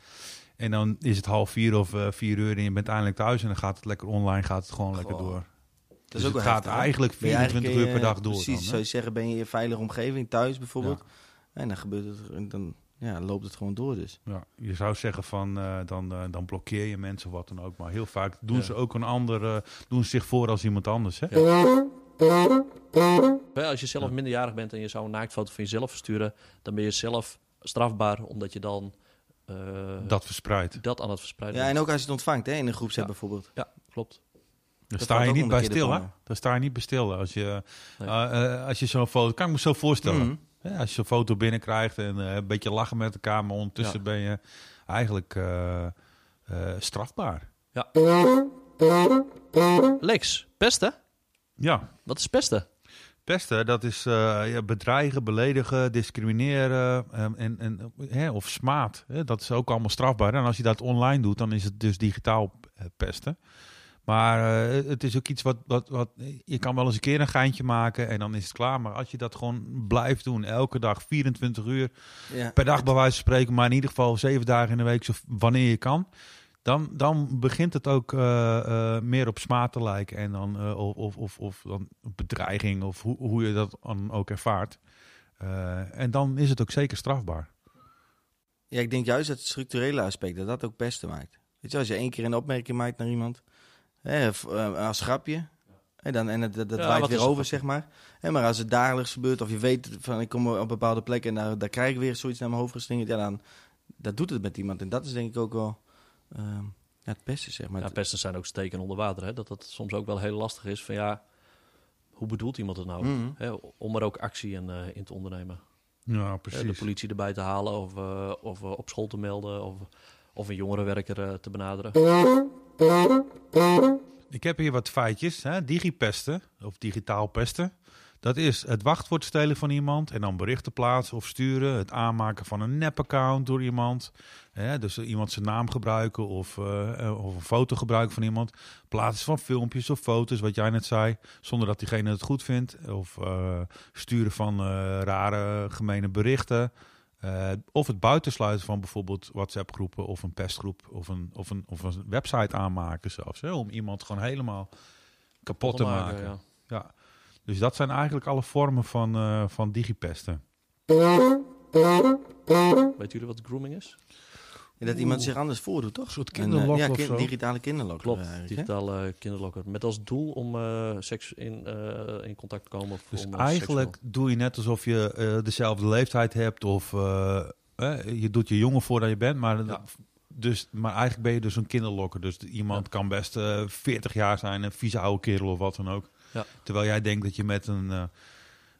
[SPEAKER 3] En dan is het half vier of eh, vier uur en je bent eindelijk thuis. En dan gaat het lekker online, gaat het gewoon lekker
[SPEAKER 1] Goh.
[SPEAKER 3] door.
[SPEAKER 1] Dat is
[SPEAKER 3] Dus
[SPEAKER 1] ook
[SPEAKER 3] het
[SPEAKER 1] wel
[SPEAKER 3] gaat
[SPEAKER 1] heftig, hè?
[SPEAKER 3] eigenlijk
[SPEAKER 1] Ben je
[SPEAKER 3] 24
[SPEAKER 1] eigenlijk,
[SPEAKER 3] uur per
[SPEAKER 1] eh,
[SPEAKER 3] dag door
[SPEAKER 1] Precies,
[SPEAKER 3] dan, hè?
[SPEAKER 1] zou je zeggen, ben je in je veilige omgeving, thuis bijvoorbeeld. En dan gebeurt het, en dan ja, loopt het gewoon door dus.
[SPEAKER 3] Ja, je zou zeggen van eh, dan, eh, dan blokkeer je mensen of wat dan ook. Maar heel vaak doen
[SPEAKER 2] Ja.
[SPEAKER 3] ze ook een ander, eh, doen ze zich voor als iemand anders. Hè?
[SPEAKER 2] Hè, Als je zelf minderjarig bent en je zou een naaktfoto van jezelf versturen... dan ben je zelf strafbaar omdat je dan eh, dat.
[SPEAKER 3] Dat verspreidt.
[SPEAKER 2] aan het verspreiden
[SPEAKER 1] Ja, en
[SPEAKER 2] bent.
[SPEAKER 1] ook als je het ontvangt hè, in een groepsapp
[SPEAKER 2] Ja.
[SPEAKER 1] bijvoorbeeld.
[SPEAKER 2] Ja, klopt.
[SPEAKER 3] Daar
[SPEAKER 1] Dat
[SPEAKER 3] sta
[SPEAKER 1] valt
[SPEAKER 3] je
[SPEAKER 1] ook
[SPEAKER 3] niet
[SPEAKER 1] onder
[SPEAKER 3] bij
[SPEAKER 1] kinderporno.
[SPEAKER 3] stil, hè? Daar sta je niet bij stil. Als je,
[SPEAKER 2] Nee.
[SPEAKER 3] eh, eh, als je zo'n foto... Kan ik me zo voorstellen.
[SPEAKER 1] Mhm.
[SPEAKER 3] Hè, als je zo'n foto binnenkrijgt en eh, een beetje lachen met elkaar... maar ondertussen ben je eigenlijk eh, eh, strafbaar.
[SPEAKER 2] Lex, pesten?
[SPEAKER 3] Ja,
[SPEAKER 2] Wat is pesten?
[SPEAKER 3] Pesten, dat is eh, ja, bedreigen, beledigen, discrimineren ehm, en, en, eh, hè, of smaad. Hè, dat is ook allemaal strafbaar. En als je dat online doet, dan is het dus digitaal eh, pesten. Maar eh, het is ook iets wat, wat, wat... Je kan wel eens een keer een geintje maken en dan is het klaar. Maar als je dat gewoon blijft doen, elke dag, 24 uur
[SPEAKER 1] Ja.
[SPEAKER 3] per dag bij wijze van spreken... maar in ieder geval zeven dagen in de week, zo, wanneer je kan... Dan, dan begint het ook eh, eh, meer op smaad te lijken. En dan, eh, of, of, of, of dan bedreiging, of hoe, hoe je dat dan ook ervaart. Eh, en dan is het ook zeker strafbaar.
[SPEAKER 1] Ja, ik denk juist dat het structurele aspect, dat dat ook pesten maakt. Weet je, als je één keer een opmerking maakt naar iemand, hè, of, eh, als grapje, hè, dan, en het, dat, dat
[SPEAKER 2] Ja,
[SPEAKER 1] waait
[SPEAKER 2] wat
[SPEAKER 1] weer
[SPEAKER 2] is een
[SPEAKER 1] over,
[SPEAKER 2] grapje?
[SPEAKER 1] zeg maar. Hè, maar als het dagelijks gebeurt, of je weet van ik kom op bepaalde plekken en daar, daar krijg ik weer zoiets naar mijn hoofd geslingerd, ja, dan dat doet het met iemand. En dat is denk ik ook wel ehm, ja, het pesten, zeg maar.
[SPEAKER 2] Ja, pesten zijn ook steken onder water. Hè? Dat dat soms ook wel heel lastig is van ja, hoe bedoelt iemand het nou?
[SPEAKER 1] Mhm.
[SPEAKER 2] Hè, om er ook actie in, eh, in te ondernemen.
[SPEAKER 3] Ja,
[SPEAKER 2] Hè, eh, de politie erbij te halen of, eh, of eh, op school te melden of, of een jongerenwerker eh, te benaderen.
[SPEAKER 3] Ik heb hier wat feitjes. Hè? Digipesten, of digitaal pesten. Dat is het wachtwoord stelen van iemand en dan berichten plaatsen of sturen. Het aanmaken van een nep-account door iemand. Hè? Dus iemand zijn naam gebruiken of, eh, eh, of een foto gebruiken van iemand. Plaatsen van filmpjes of foto's, wat jij net zei, zonder dat diegene het goed vindt. Of eh, sturen van eh, rare, gemene berichten. Eh, of het buitensluiten van bijvoorbeeld WhatsApp-groepen of een pestgroep of een, of een, of een website aanmaken zelfs. Hè? Om iemand gewoon helemaal kapot te maken.
[SPEAKER 2] ja.
[SPEAKER 3] Ja, dus dat zijn eigenlijk alle vormen van, eh, van digipesten.
[SPEAKER 2] Weet jullie wat grooming is?
[SPEAKER 1] En dat iemand zich anders voordoet, toch?
[SPEAKER 3] Een soort
[SPEAKER 1] En, eh,
[SPEAKER 3] kinderlok
[SPEAKER 1] ja,
[SPEAKER 3] of
[SPEAKER 1] kin-
[SPEAKER 3] zo.
[SPEAKER 1] digitale kinderlokker.
[SPEAKER 2] Klopt,
[SPEAKER 1] eigenlijk, hè?
[SPEAKER 2] digitale kinderlokker. Met als doel om eh, seks in, eh, in contact te komen. Of
[SPEAKER 3] Dus
[SPEAKER 2] om, eh,
[SPEAKER 3] eigenlijk doe je net alsof je eh, dezelfde leeftijd hebt of eh, eh, je doet je jongen voordat je bent, maar,
[SPEAKER 2] Ja.
[SPEAKER 3] dus, maar eigenlijk ben je dus een kinderlokker. Dus iemand kan best eh 40 jaar zijn, een vieze oude kerel of wat dan ook.
[SPEAKER 2] Ja.
[SPEAKER 3] Terwijl jij denkt dat je met een, eh,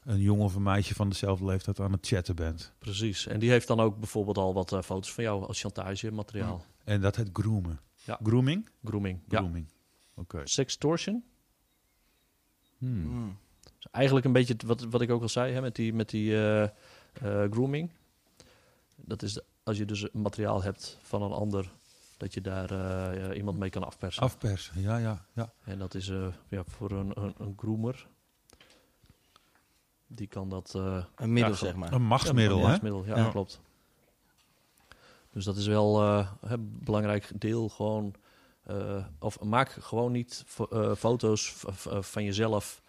[SPEAKER 3] een jongen of een meisje van dezelfde leeftijd aan het chatten bent.
[SPEAKER 2] Precies. En die heeft dan ook bijvoorbeeld al wat eh, foto's van jou als chantagemateriaal.
[SPEAKER 3] En dat heet groomen.
[SPEAKER 2] Ja.
[SPEAKER 3] Grooming?
[SPEAKER 2] Grooming. Ja.
[SPEAKER 3] Grooming. Oké.
[SPEAKER 2] Sextortion.
[SPEAKER 3] Hmm.
[SPEAKER 1] Mm.
[SPEAKER 2] Dus eigenlijk een beetje het- wat, wat ik ook al zei hè, met die, met die eh, eh, grooming. Dat is de- als je dus materiaal hebt van een ander, dat je daar eh, eh, iemand mee kan afpersen.
[SPEAKER 3] Afpersen, ja, ja, ja.
[SPEAKER 2] En dat is eh, ja, voor een, een, een groomer. Die kan dat. eh,
[SPEAKER 1] Een middel,
[SPEAKER 2] Ja,
[SPEAKER 1] zeg maar.
[SPEAKER 3] Een machtsmiddel,
[SPEAKER 2] ja,
[SPEAKER 3] hè?
[SPEAKER 2] middel, ja,
[SPEAKER 3] Ja.
[SPEAKER 2] klopt. Dus dat is wel eh, een belangrijk deel. Gewoon, eh, of maak gewoon niet fo- eh, foto's v- v- van jezelf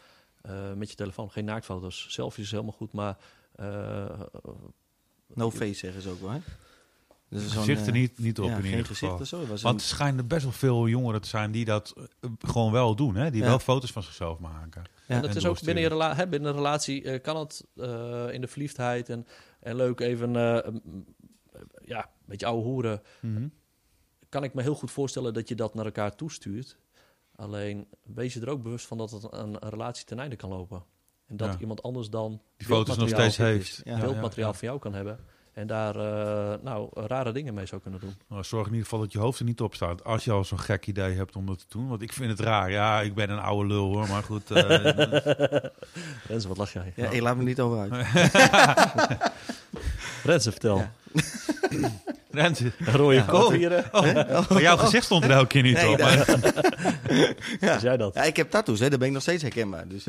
[SPEAKER 2] eh, met je telefoon. Geen naaktfoto's. Selfies is helemaal goed, maar eh,
[SPEAKER 1] No face zeggen ze ook wel, hè? Dat is zo'n,
[SPEAKER 3] Gezichten
[SPEAKER 1] eh,
[SPEAKER 3] niet, niet op
[SPEAKER 1] ja,
[SPEAKER 3] in
[SPEAKER 1] geen
[SPEAKER 3] ieder geval.
[SPEAKER 1] gezicht of zo. Dat was
[SPEAKER 3] Want
[SPEAKER 1] een-
[SPEAKER 3] er schijnen best wel veel jongeren te zijn die dat eh, gewoon wel doen. Hè? Die
[SPEAKER 1] Ja.
[SPEAKER 3] wel foto's van zichzelf maken.
[SPEAKER 1] Ja,
[SPEAKER 2] en dat is
[SPEAKER 3] en
[SPEAKER 2] ook
[SPEAKER 3] doorsturen.
[SPEAKER 2] binnen, je rela hè, binnen een relatie eh, kan het eh, in de verliefdheid en, en leuk even eh, m- ja, een beetje ouwe hoeren. kan ik me heel goed voorstellen dat je dat naar elkaar toestuurt. Alleen wees je er ook bewust van dat het een, een relatie ten einde kan lopen. En dat
[SPEAKER 3] Ja.
[SPEAKER 2] iemand anders dan
[SPEAKER 3] Die foto's nog
[SPEAKER 2] beeldmateriaal
[SPEAKER 3] steeds heeft.
[SPEAKER 1] dus, Ja.
[SPEAKER 2] beeldmateriaal van jou kan hebben. En daar eh, nou, rare dingen mee zou kunnen doen.
[SPEAKER 3] Nou, zorg in ieder geval dat je hoofd er niet op staat. Als je al zo'n gek idee hebt om dat te doen. Want ik vind het raar. Ja, ik ben een oude lul hoor. Maar
[SPEAKER 1] (laughs)
[SPEAKER 3] goed. eh,
[SPEAKER 2] Renze, wat lach jij?
[SPEAKER 1] Ja, ik laat me niet over uit.
[SPEAKER 2] Renze, vertel.
[SPEAKER 1] Ja. Oh.
[SPEAKER 3] Renze,
[SPEAKER 2] Een rode kool hier, hè?
[SPEAKER 3] maar jouw gezicht stond er elke keer niet
[SPEAKER 1] Nee,
[SPEAKER 3] op.
[SPEAKER 1] dat-
[SPEAKER 2] (laughs)
[SPEAKER 3] maar-
[SPEAKER 2] Is jij dat?
[SPEAKER 1] Ja, ik heb tattoos, hè, daar ben ik nog steeds herkenbaar.
[SPEAKER 2] (laughs)
[SPEAKER 1] Dus.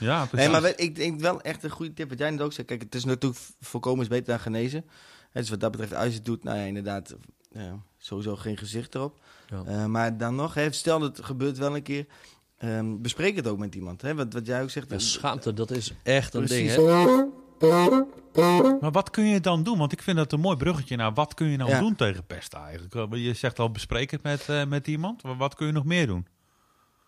[SPEAKER 3] Ja, precies.
[SPEAKER 1] Nee, maar weet- ik denk wel echt een goede tip wat jij net ook zegt. Kijk, het is natuurlijk voorkomen is beter dan genezen. Hè, dus wat dat betreft, als je het doet, nou ja, inderdaad, eh, sowieso geen gezicht erop.
[SPEAKER 2] Ja.
[SPEAKER 1] Eh, maar dan nog, hè, stel dat het gebeurt wel een keer, ehm, bespreek het ook met iemand. Hè, wat, wat jij ook zegt.
[SPEAKER 2] Ja, schaamte, dat is echt een
[SPEAKER 1] Precies.
[SPEAKER 2] ding, hè?
[SPEAKER 3] Maar wat kun je dan doen? Want ik vind dat een mooi bruggetje. Nou, wat kun je nou
[SPEAKER 1] Ja.
[SPEAKER 3] doen tegen pest eigenlijk? Eh, Je zegt al bespreek het met, eh, met iemand. Maar wat kun je nog meer doen?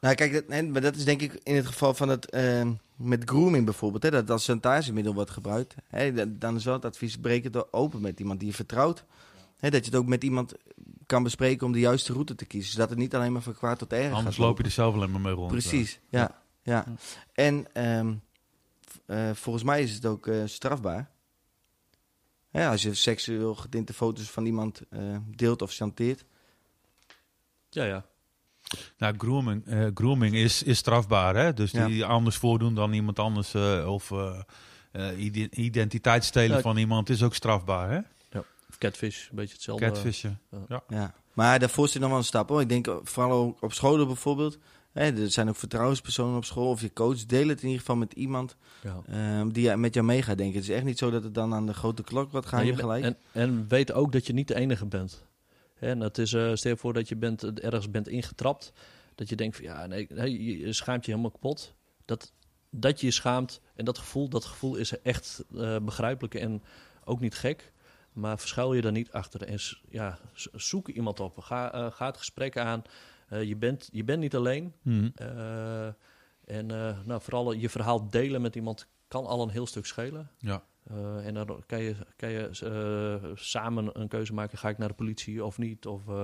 [SPEAKER 1] Nou, kijk, dat, nee, maar dat is denk ik in het geval van het ehm, met grooming bijvoorbeeld, hè, dat als chantagemiddel wordt gebruikt, hè, dat- dan is wel het advies: breek het open met iemand die je vertrouwt. Hè, dat je het ook met iemand kan bespreken om de juiste route te kiezen, zodat het niet alleen maar van kwaad tot erger
[SPEAKER 3] Anders
[SPEAKER 1] gaat.
[SPEAKER 3] loop je er zelf alleen maar mee rond. eh.
[SPEAKER 1] Precies, ja. ja. En ehm, v- eh, volgens mij is het ook eh, strafbaar. Ja, als je seksueel getinte foto's van iemand eh, deelt of chanteert.
[SPEAKER 2] Ja, ja.
[SPEAKER 3] Nou, grooming, eh, grooming is, is strafbaar, hè? Dus
[SPEAKER 1] Ja.
[SPEAKER 3] die anders voordoen dan iemand anders eh, of eh, eh, ide- identiteit stelen
[SPEAKER 2] Ja.
[SPEAKER 3] van iemand is ook strafbaar, hè?
[SPEAKER 2] Of catfish, een beetje hetzelfde.
[SPEAKER 3] Catfishen.
[SPEAKER 1] Ja. Maar daarvoor zit nog wel een stap. Hoor. Ik denk eh, vooral ook op scholen bijvoorbeeld. Hè, er zijn ook vertrouwenspersonen op school of je coach. Deel het in ieder geval met iemand
[SPEAKER 2] Ja.
[SPEAKER 1] ehm, die met jou mee gaat denken. Het is echt niet zo dat het dan aan de grote klok wordt gaan
[SPEAKER 2] Ja, je
[SPEAKER 1] gelijk.
[SPEAKER 2] bent- En, en weet ook dat je niet de enige bent. En het is, eh, stel je voor dat je bent, eh, ergens bent ingetrapt. Dat je denkt van ja, nee, nee, je- je schaamt je helemaal kapot. Dat, dat je je schaamt en dat gevoel, dat gevoel is echt eh, begrijpelijk en ook niet gek. Maar verschuil je daar niet achter en s- ja, s- zoek iemand op. Ga, eh, ga het gesprek aan. Eh, je, bent, je bent niet alleen.
[SPEAKER 3] Hm.
[SPEAKER 2] Eh, en eh, nou, vooral je verhaal delen met iemand kan al een heel stuk schelen.
[SPEAKER 3] Ja.
[SPEAKER 2] Eh, en dan kan je, kan je eh, samen een keuze maken. Ga ik naar de politie of niet? Of eh,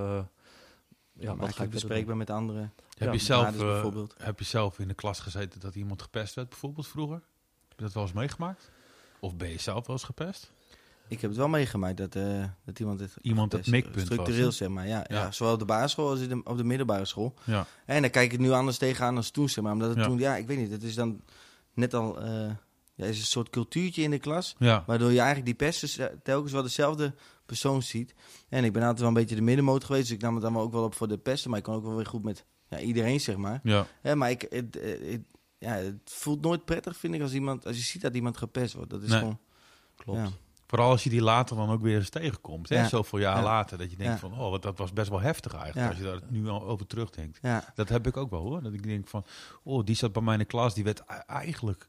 [SPEAKER 2] ja,
[SPEAKER 1] Maak
[SPEAKER 2] wat ga
[SPEAKER 1] het
[SPEAKER 2] ik
[SPEAKER 1] bespreekbaar met anderen.
[SPEAKER 3] Heb,
[SPEAKER 2] Ja,
[SPEAKER 3] je zelf,
[SPEAKER 1] kaders
[SPEAKER 3] eh,
[SPEAKER 1] bijvoorbeeld.
[SPEAKER 3] heb je zelf in de klas gezeten dat iemand gepest werd, bijvoorbeeld vroeger? Heb je dat wel eens meegemaakt? Of ben je zelf wel eens gepest?
[SPEAKER 1] Ik heb het wel meegemaakt dat, eh, dat iemand het
[SPEAKER 3] Iemand het
[SPEAKER 1] best eh,
[SPEAKER 3] mikpunt
[SPEAKER 1] Structureel
[SPEAKER 3] was.
[SPEAKER 1] zeg maar, ja, ja.
[SPEAKER 3] Ja.
[SPEAKER 1] Zowel op de basisschool als in de- op de middelbare school.
[SPEAKER 3] hè? Ja.
[SPEAKER 1] En dan kijk ik het nu anders tegenaan dan toen, zeg maar. Omdat het
[SPEAKER 3] Ja.
[SPEAKER 1] toen, ja, ik weet niet, het is dan net al... eh, ja, er is een soort cultuurtje in de klas...
[SPEAKER 3] ja.
[SPEAKER 1] Waardoor je eigenlijk die pesters eh, telkens wel dezelfde persoon ziet. En ik ben altijd wel een beetje de middenmoot geweest. Dus ik nam het dan wel ook wel op voor de pesten. Maar ik kon ook wel weer goed met ja, iedereen, zeg maar.
[SPEAKER 3] Ja.
[SPEAKER 1] Hè, maar ik, het, eh, het- ja, het voelt nooit prettig, vind ik, als, iemand, als je ziet dat iemand gepest wordt. Dat is
[SPEAKER 3] Nee,
[SPEAKER 1] gewoon...
[SPEAKER 2] Klopt.
[SPEAKER 1] Ja.
[SPEAKER 3] Vooral als je die later dan ook weer eens tegenkomt. Hè?
[SPEAKER 1] Ja.
[SPEAKER 3] Zoveel jaar
[SPEAKER 1] Ja.
[SPEAKER 3] later. Dat je denkt
[SPEAKER 1] Ja.
[SPEAKER 3] van, oh, wat- dat was best wel heftig eigenlijk.
[SPEAKER 1] Ja.
[SPEAKER 3] Als je daar nu al over terugdenkt.
[SPEAKER 1] Ja,
[SPEAKER 3] Dat heb ik ook wel hoor. Dat ik denk van, oh, die zat bij mij in de klas, die werd e- eigenlijk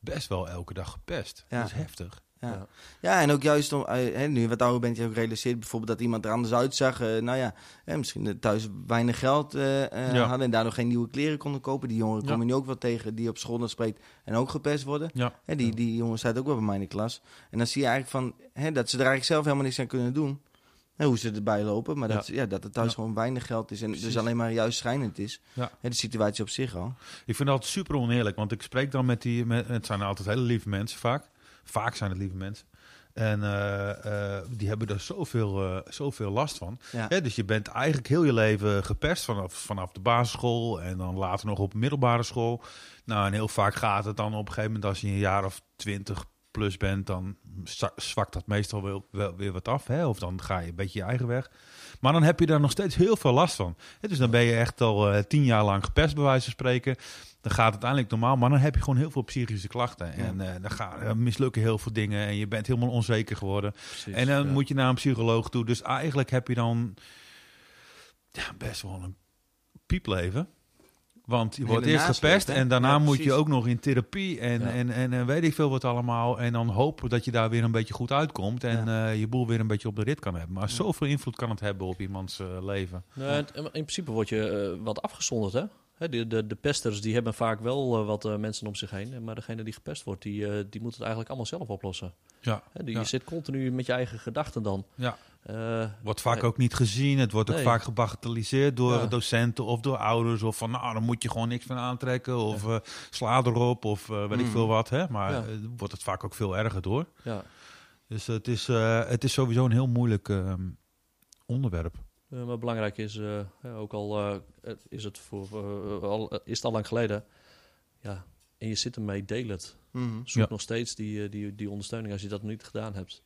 [SPEAKER 3] best wel elke dag gepest.
[SPEAKER 1] Ja.
[SPEAKER 3] Dat is heftig.
[SPEAKER 1] ja.
[SPEAKER 2] Ja.
[SPEAKER 1] ja, en ook juist om, eh, hè, nu je wat ouder bent, je ook realiseert bijvoorbeeld dat iemand er anders uitzag. eh, nou ja, hè, misschien eh, thuis weinig geld eh, eh,
[SPEAKER 3] Ja.
[SPEAKER 1] hadden en daardoor geen nieuwe kleren konden kopen. Die jongeren
[SPEAKER 3] Ja.
[SPEAKER 1] komen nu ook wel tegen, die op school dan spreekt en ook gepest worden.
[SPEAKER 3] Ja.
[SPEAKER 1] Hè, die, die jongen staat ook wel bij mij in de klas. En dan zie je eigenlijk van, hè, dat ze er eigenlijk zelf helemaal niks aan kunnen doen. Hè, hoe ze erbij lopen. Maar dat, ja. dat het thuis
[SPEAKER 3] Ja.
[SPEAKER 1] gewoon weinig geld is. En
[SPEAKER 3] Precies.
[SPEAKER 1] dus alleen maar juist schijnend is.
[SPEAKER 3] Ja.
[SPEAKER 1] Hè, de situatie op zich al.
[SPEAKER 3] Ik vind dat super oneerlijk, want ik spreek dan met die, met, het zijn altijd hele lieve mensen vaak. Vaak zijn het lieve mensen. En eh, eh, die hebben er zoveel, eh, zoveel last van.
[SPEAKER 1] Ja.
[SPEAKER 3] Hè, dus je bent eigenlijk heel je leven gepest vanaf, vanaf de basisschool en dan later nog op middelbare school. Nou, en heel vaak gaat het dan op een gegeven moment als je een jaar of twintig plus bent, dan za- zwakt dat meestal wel, wel weer wat af. Hè? Of dan ga je een beetje je eigen weg. Maar dan heb je daar nog steeds heel veel last van. Hè, dus dan ben je echt al eh, tien jaar lang gepest, bij wijze van spreken. Dan gaat het uiteindelijk normaal, maar dan heb je gewoon heel veel psychische klachten. En eh, dan gaan, eh, mislukken heel veel dingen en je bent helemaal onzeker geworden. En dan moet je naar een psycholoog toe. Dus eigenlijk heb je dan ja, best wel een piepleven. Want je
[SPEAKER 1] Een
[SPEAKER 3] wordt
[SPEAKER 1] hele
[SPEAKER 3] eerst
[SPEAKER 1] nasleep,
[SPEAKER 3] gepest
[SPEAKER 1] hè?
[SPEAKER 3] en daarna
[SPEAKER 1] Ja,
[SPEAKER 3] moet je
[SPEAKER 1] precies.
[SPEAKER 3] ook nog in therapie en,
[SPEAKER 2] Ja.
[SPEAKER 3] en, en, en weet ik veel wat allemaal. En dan hopen dat je daar weer een beetje goed uitkomt en eh, je boel weer een beetje op de rit kan hebben. Maar zoveel invloed kan het hebben op iemands eh, leven.
[SPEAKER 2] Nou, het- in principe word je eh, wat afgezonderd, hè? Hè, De, de, de pesters die hebben vaak wel eh, wat eh, mensen om zich heen. Maar degene die gepest wordt, die, eh, die moet het eigenlijk allemaal zelf oplossen.
[SPEAKER 3] Ja,
[SPEAKER 2] Hè, die,
[SPEAKER 3] ja.
[SPEAKER 2] Je zit continu met je eigen gedachten dan.
[SPEAKER 3] Ja.
[SPEAKER 2] Eh,
[SPEAKER 3] Wordt vaak ook niet gezien. Het wordt ook
[SPEAKER 2] Nee.
[SPEAKER 3] vaak gebagatelliseerd door
[SPEAKER 2] Ja.
[SPEAKER 3] docenten of door ouders. Of van, nou, daar moet je gewoon niks van aantrekken. Of eh, sla erop, of eh, weet ik
[SPEAKER 1] Mm.
[SPEAKER 3] veel wat. Hè? Maar
[SPEAKER 2] Ja.
[SPEAKER 3] eh, wordt het vaak ook veel erger door.
[SPEAKER 2] ja.
[SPEAKER 3] Dus het is, eh, het is sowieso een heel moeilijk ehm, onderwerp.
[SPEAKER 2] Eh, maar belangrijk is, eh, eh, ook al, eh, het- is, het voor, eh, al eh, is het al lang geleden, ja, en je zit ermee, deel het.
[SPEAKER 1] Mhm.
[SPEAKER 2] Zoek
[SPEAKER 3] Ja.
[SPEAKER 2] nog steeds die, eh, die, die ondersteuning als je dat nog niet gedaan hebt.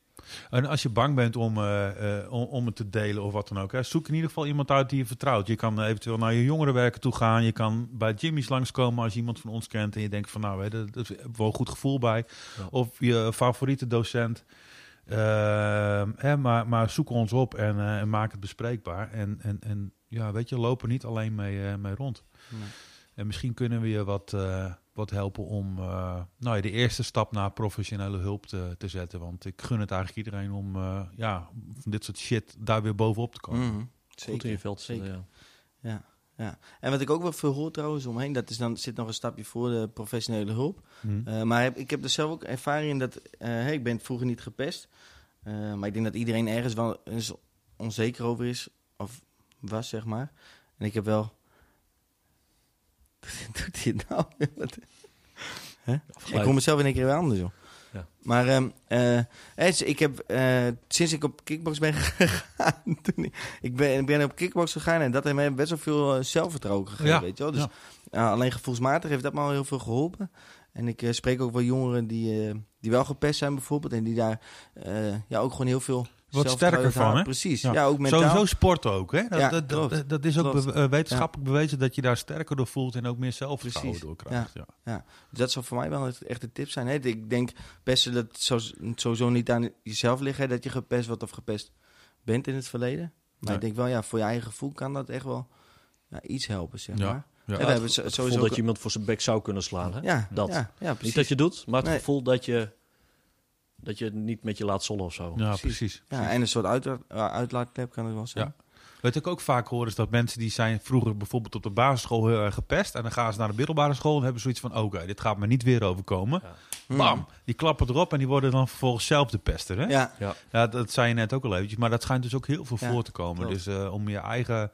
[SPEAKER 3] En als je bang bent om, eh, eh, om, om het te delen of wat dan ook, hè, zoek in ieder geval iemand uit die je vertrouwt. Je kan eventueel naar je jongerenwerken toe gaan. Je kan bij Jimmy's langskomen als je iemand van ons kent en je denkt van nou, hè, dat, dat hebben we wel een goed gevoel bij.
[SPEAKER 2] Ja.
[SPEAKER 3] Of je favoriete docent. Ehm, hè, maar, maar zoek ons op en, eh, en maak het bespreekbaar. En, en, en ja, weet je, loop er niet alleen mee, eh, mee rond.
[SPEAKER 1] Nee.
[SPEAKER 3] En misschien kunnen we je wat, eh, wat helpen om eh, nou ja, de eerste stap naar professionele hulp te, te zetten. Want ik gun het eigenlijk iedereen om eh, ja, van dit soort shit daar weer bovenop te komen.
[SPEAKER 1] Mhm.
[SPEAKER 2] Goed in je veld te
[SPEAKER 1] zeker.
[SPEAKER 2] zetten, ja.
[SPEAKER 1] En wat ik ook wel veel hoor trouwens omheen, dat is dan, zit nog een stapje voor de professionele hulp.
[SPEAKER 3] Hm.
[SPEAKER 1] Eh, maar heb- ik heb er zelf ook ervaring in dat... eh, hey, ik ben vroeger niet gepest. Eh, maar ik denk dat iedereen ergens wel eens onzeker over is. Of was, zeg maar. En ik heb wel... (laughs) Doet hij het nou? Wat- Hè? Ik
[SPEAKER 2] geluid.
[SPEAKER 1] kom mezelf in één keer weer anders, joh.
[SPEAKER 2] Ja.
[SPEAKER 1] Maar ehm, eh, eh, ik heb, eh, sinds ik op kickbox ben (laughs) gegaan... Toen ik, ik, ben, ik ben op kickbox gegaan en dat heeft mij best wel veel eh, zelfvertrouwen gegeven,
[SPEAKER 3] Ja,
[SPEAKER 1] weet je wel. Dus ja, alleen gevoelsmatig heeft dat me al heel veel geholpen. En ik eh, spreek ook wel jongeren die, eh, die wel gepest zijn bijvoorbeeld. En die daar eh, ja, ook gewoon heel veel... zelfvertrouwen
[SPEAKER 3] sterker
[SPEAKER 1] uit
[SPEAKER 3] van,
[SPEAKER 1] halen.
[SPEAKER 3] hè?
[SPEAKER 1] Precies.
[SPEAKER 3] Ja.
[SPEAKER 1] Ja, ook mentaal.
[SPEAKER 3] Sowieso sport ook. Hè? Dat,
[SPEAKER 1] Ja,
[SPEAKER 3] dat, dat-
[SPEAKER 1] klopt.
[SPEAKER 3] dat is ook
[SPEAKER 1] Klopt.
[SPEAKER 3] be- eh, wetenschappelijk bewezen dat je daar sterker door voelt en ook meer zelfvertrouwen
[SPEAKER 1] Precies.
[SPEAKER 3] door krijgt. Ja.
[SPEAKER 1] Dus dat zou voor mij wel echt een tip zijn. Hè? Ik denk best dat het zo- sowieso niet aan jezelf ligt... Hè? dat je gepest wordt of gepest bent in het verleden. Maar
[SPEAKER 3] Nee.
[SPEAKER 1] ik denk wel, ja, voor je eigen gevoel kan dat echt wel ja, iets helpen, zeg
[SPEAKER 3] Ja.
[SPEAKER 1] maar.
[SPEAKER 3] Ja.
[SPEAKER 1] En
[SPEAKER 2] Ja,
[SPEAKER 1] we hebben
[SPEAKER 2] het,
[SPEAKER 1] zo-
[SPEAKER 2] het
[SPEAKER 1] sowieso
[SPEAKER 2] gevoel dat
[SPEAKER 1] ook-
[SPEAKER 2] je iemand voor zijn bek zou kunnen slaan. Hè?
[SPEAKER 1] Ja,
[SPEAKER 2] Dat.
[SPEAKER 1] ja, ja,
[SPEAKER 2] niet
[SPEAKER 1] precies.
[SPEAKER 2] dat je doet, maar het
[SPEAKER 1] Nee.
[SPEAKER 2] gevoel dat je, dat je het niet met je laat zollen of zo.
[SPEAKER 3] Ja,
[SPEAKER 1] Precies.
[SPEAKER 3] precies.
[SPEAKER 1] ja, en een soort uit, uitlaatklep kan het wel zijn.
[SPEAKER 3] Ja. Wat ik ook vaak hoor is dat mensen die zijn vroeger bijvoorbeeld op de basisschool heel erg gepest. En dan gaan ze naar de middelbare school en hebben zoiets van, oké, dit gaat me niet weer overkomen.
[SPEAKER 1] Mm.
[SPEAKER 3] Bam, die klappen erop en die worden dan vervolgens zelf de pester. Hè?
[SPEAKER 1] Ja,
[SPEAKER 3] Ja, dat zei je net ook al eventjes. Maar dat schijnt dus ook heel veel
[SPEAKER 1] Ja,
[SPEAKER 3] voor te komen.
[SPEAKER 1] klopt.
[SPEAKER 3] Dus eh, om je eigen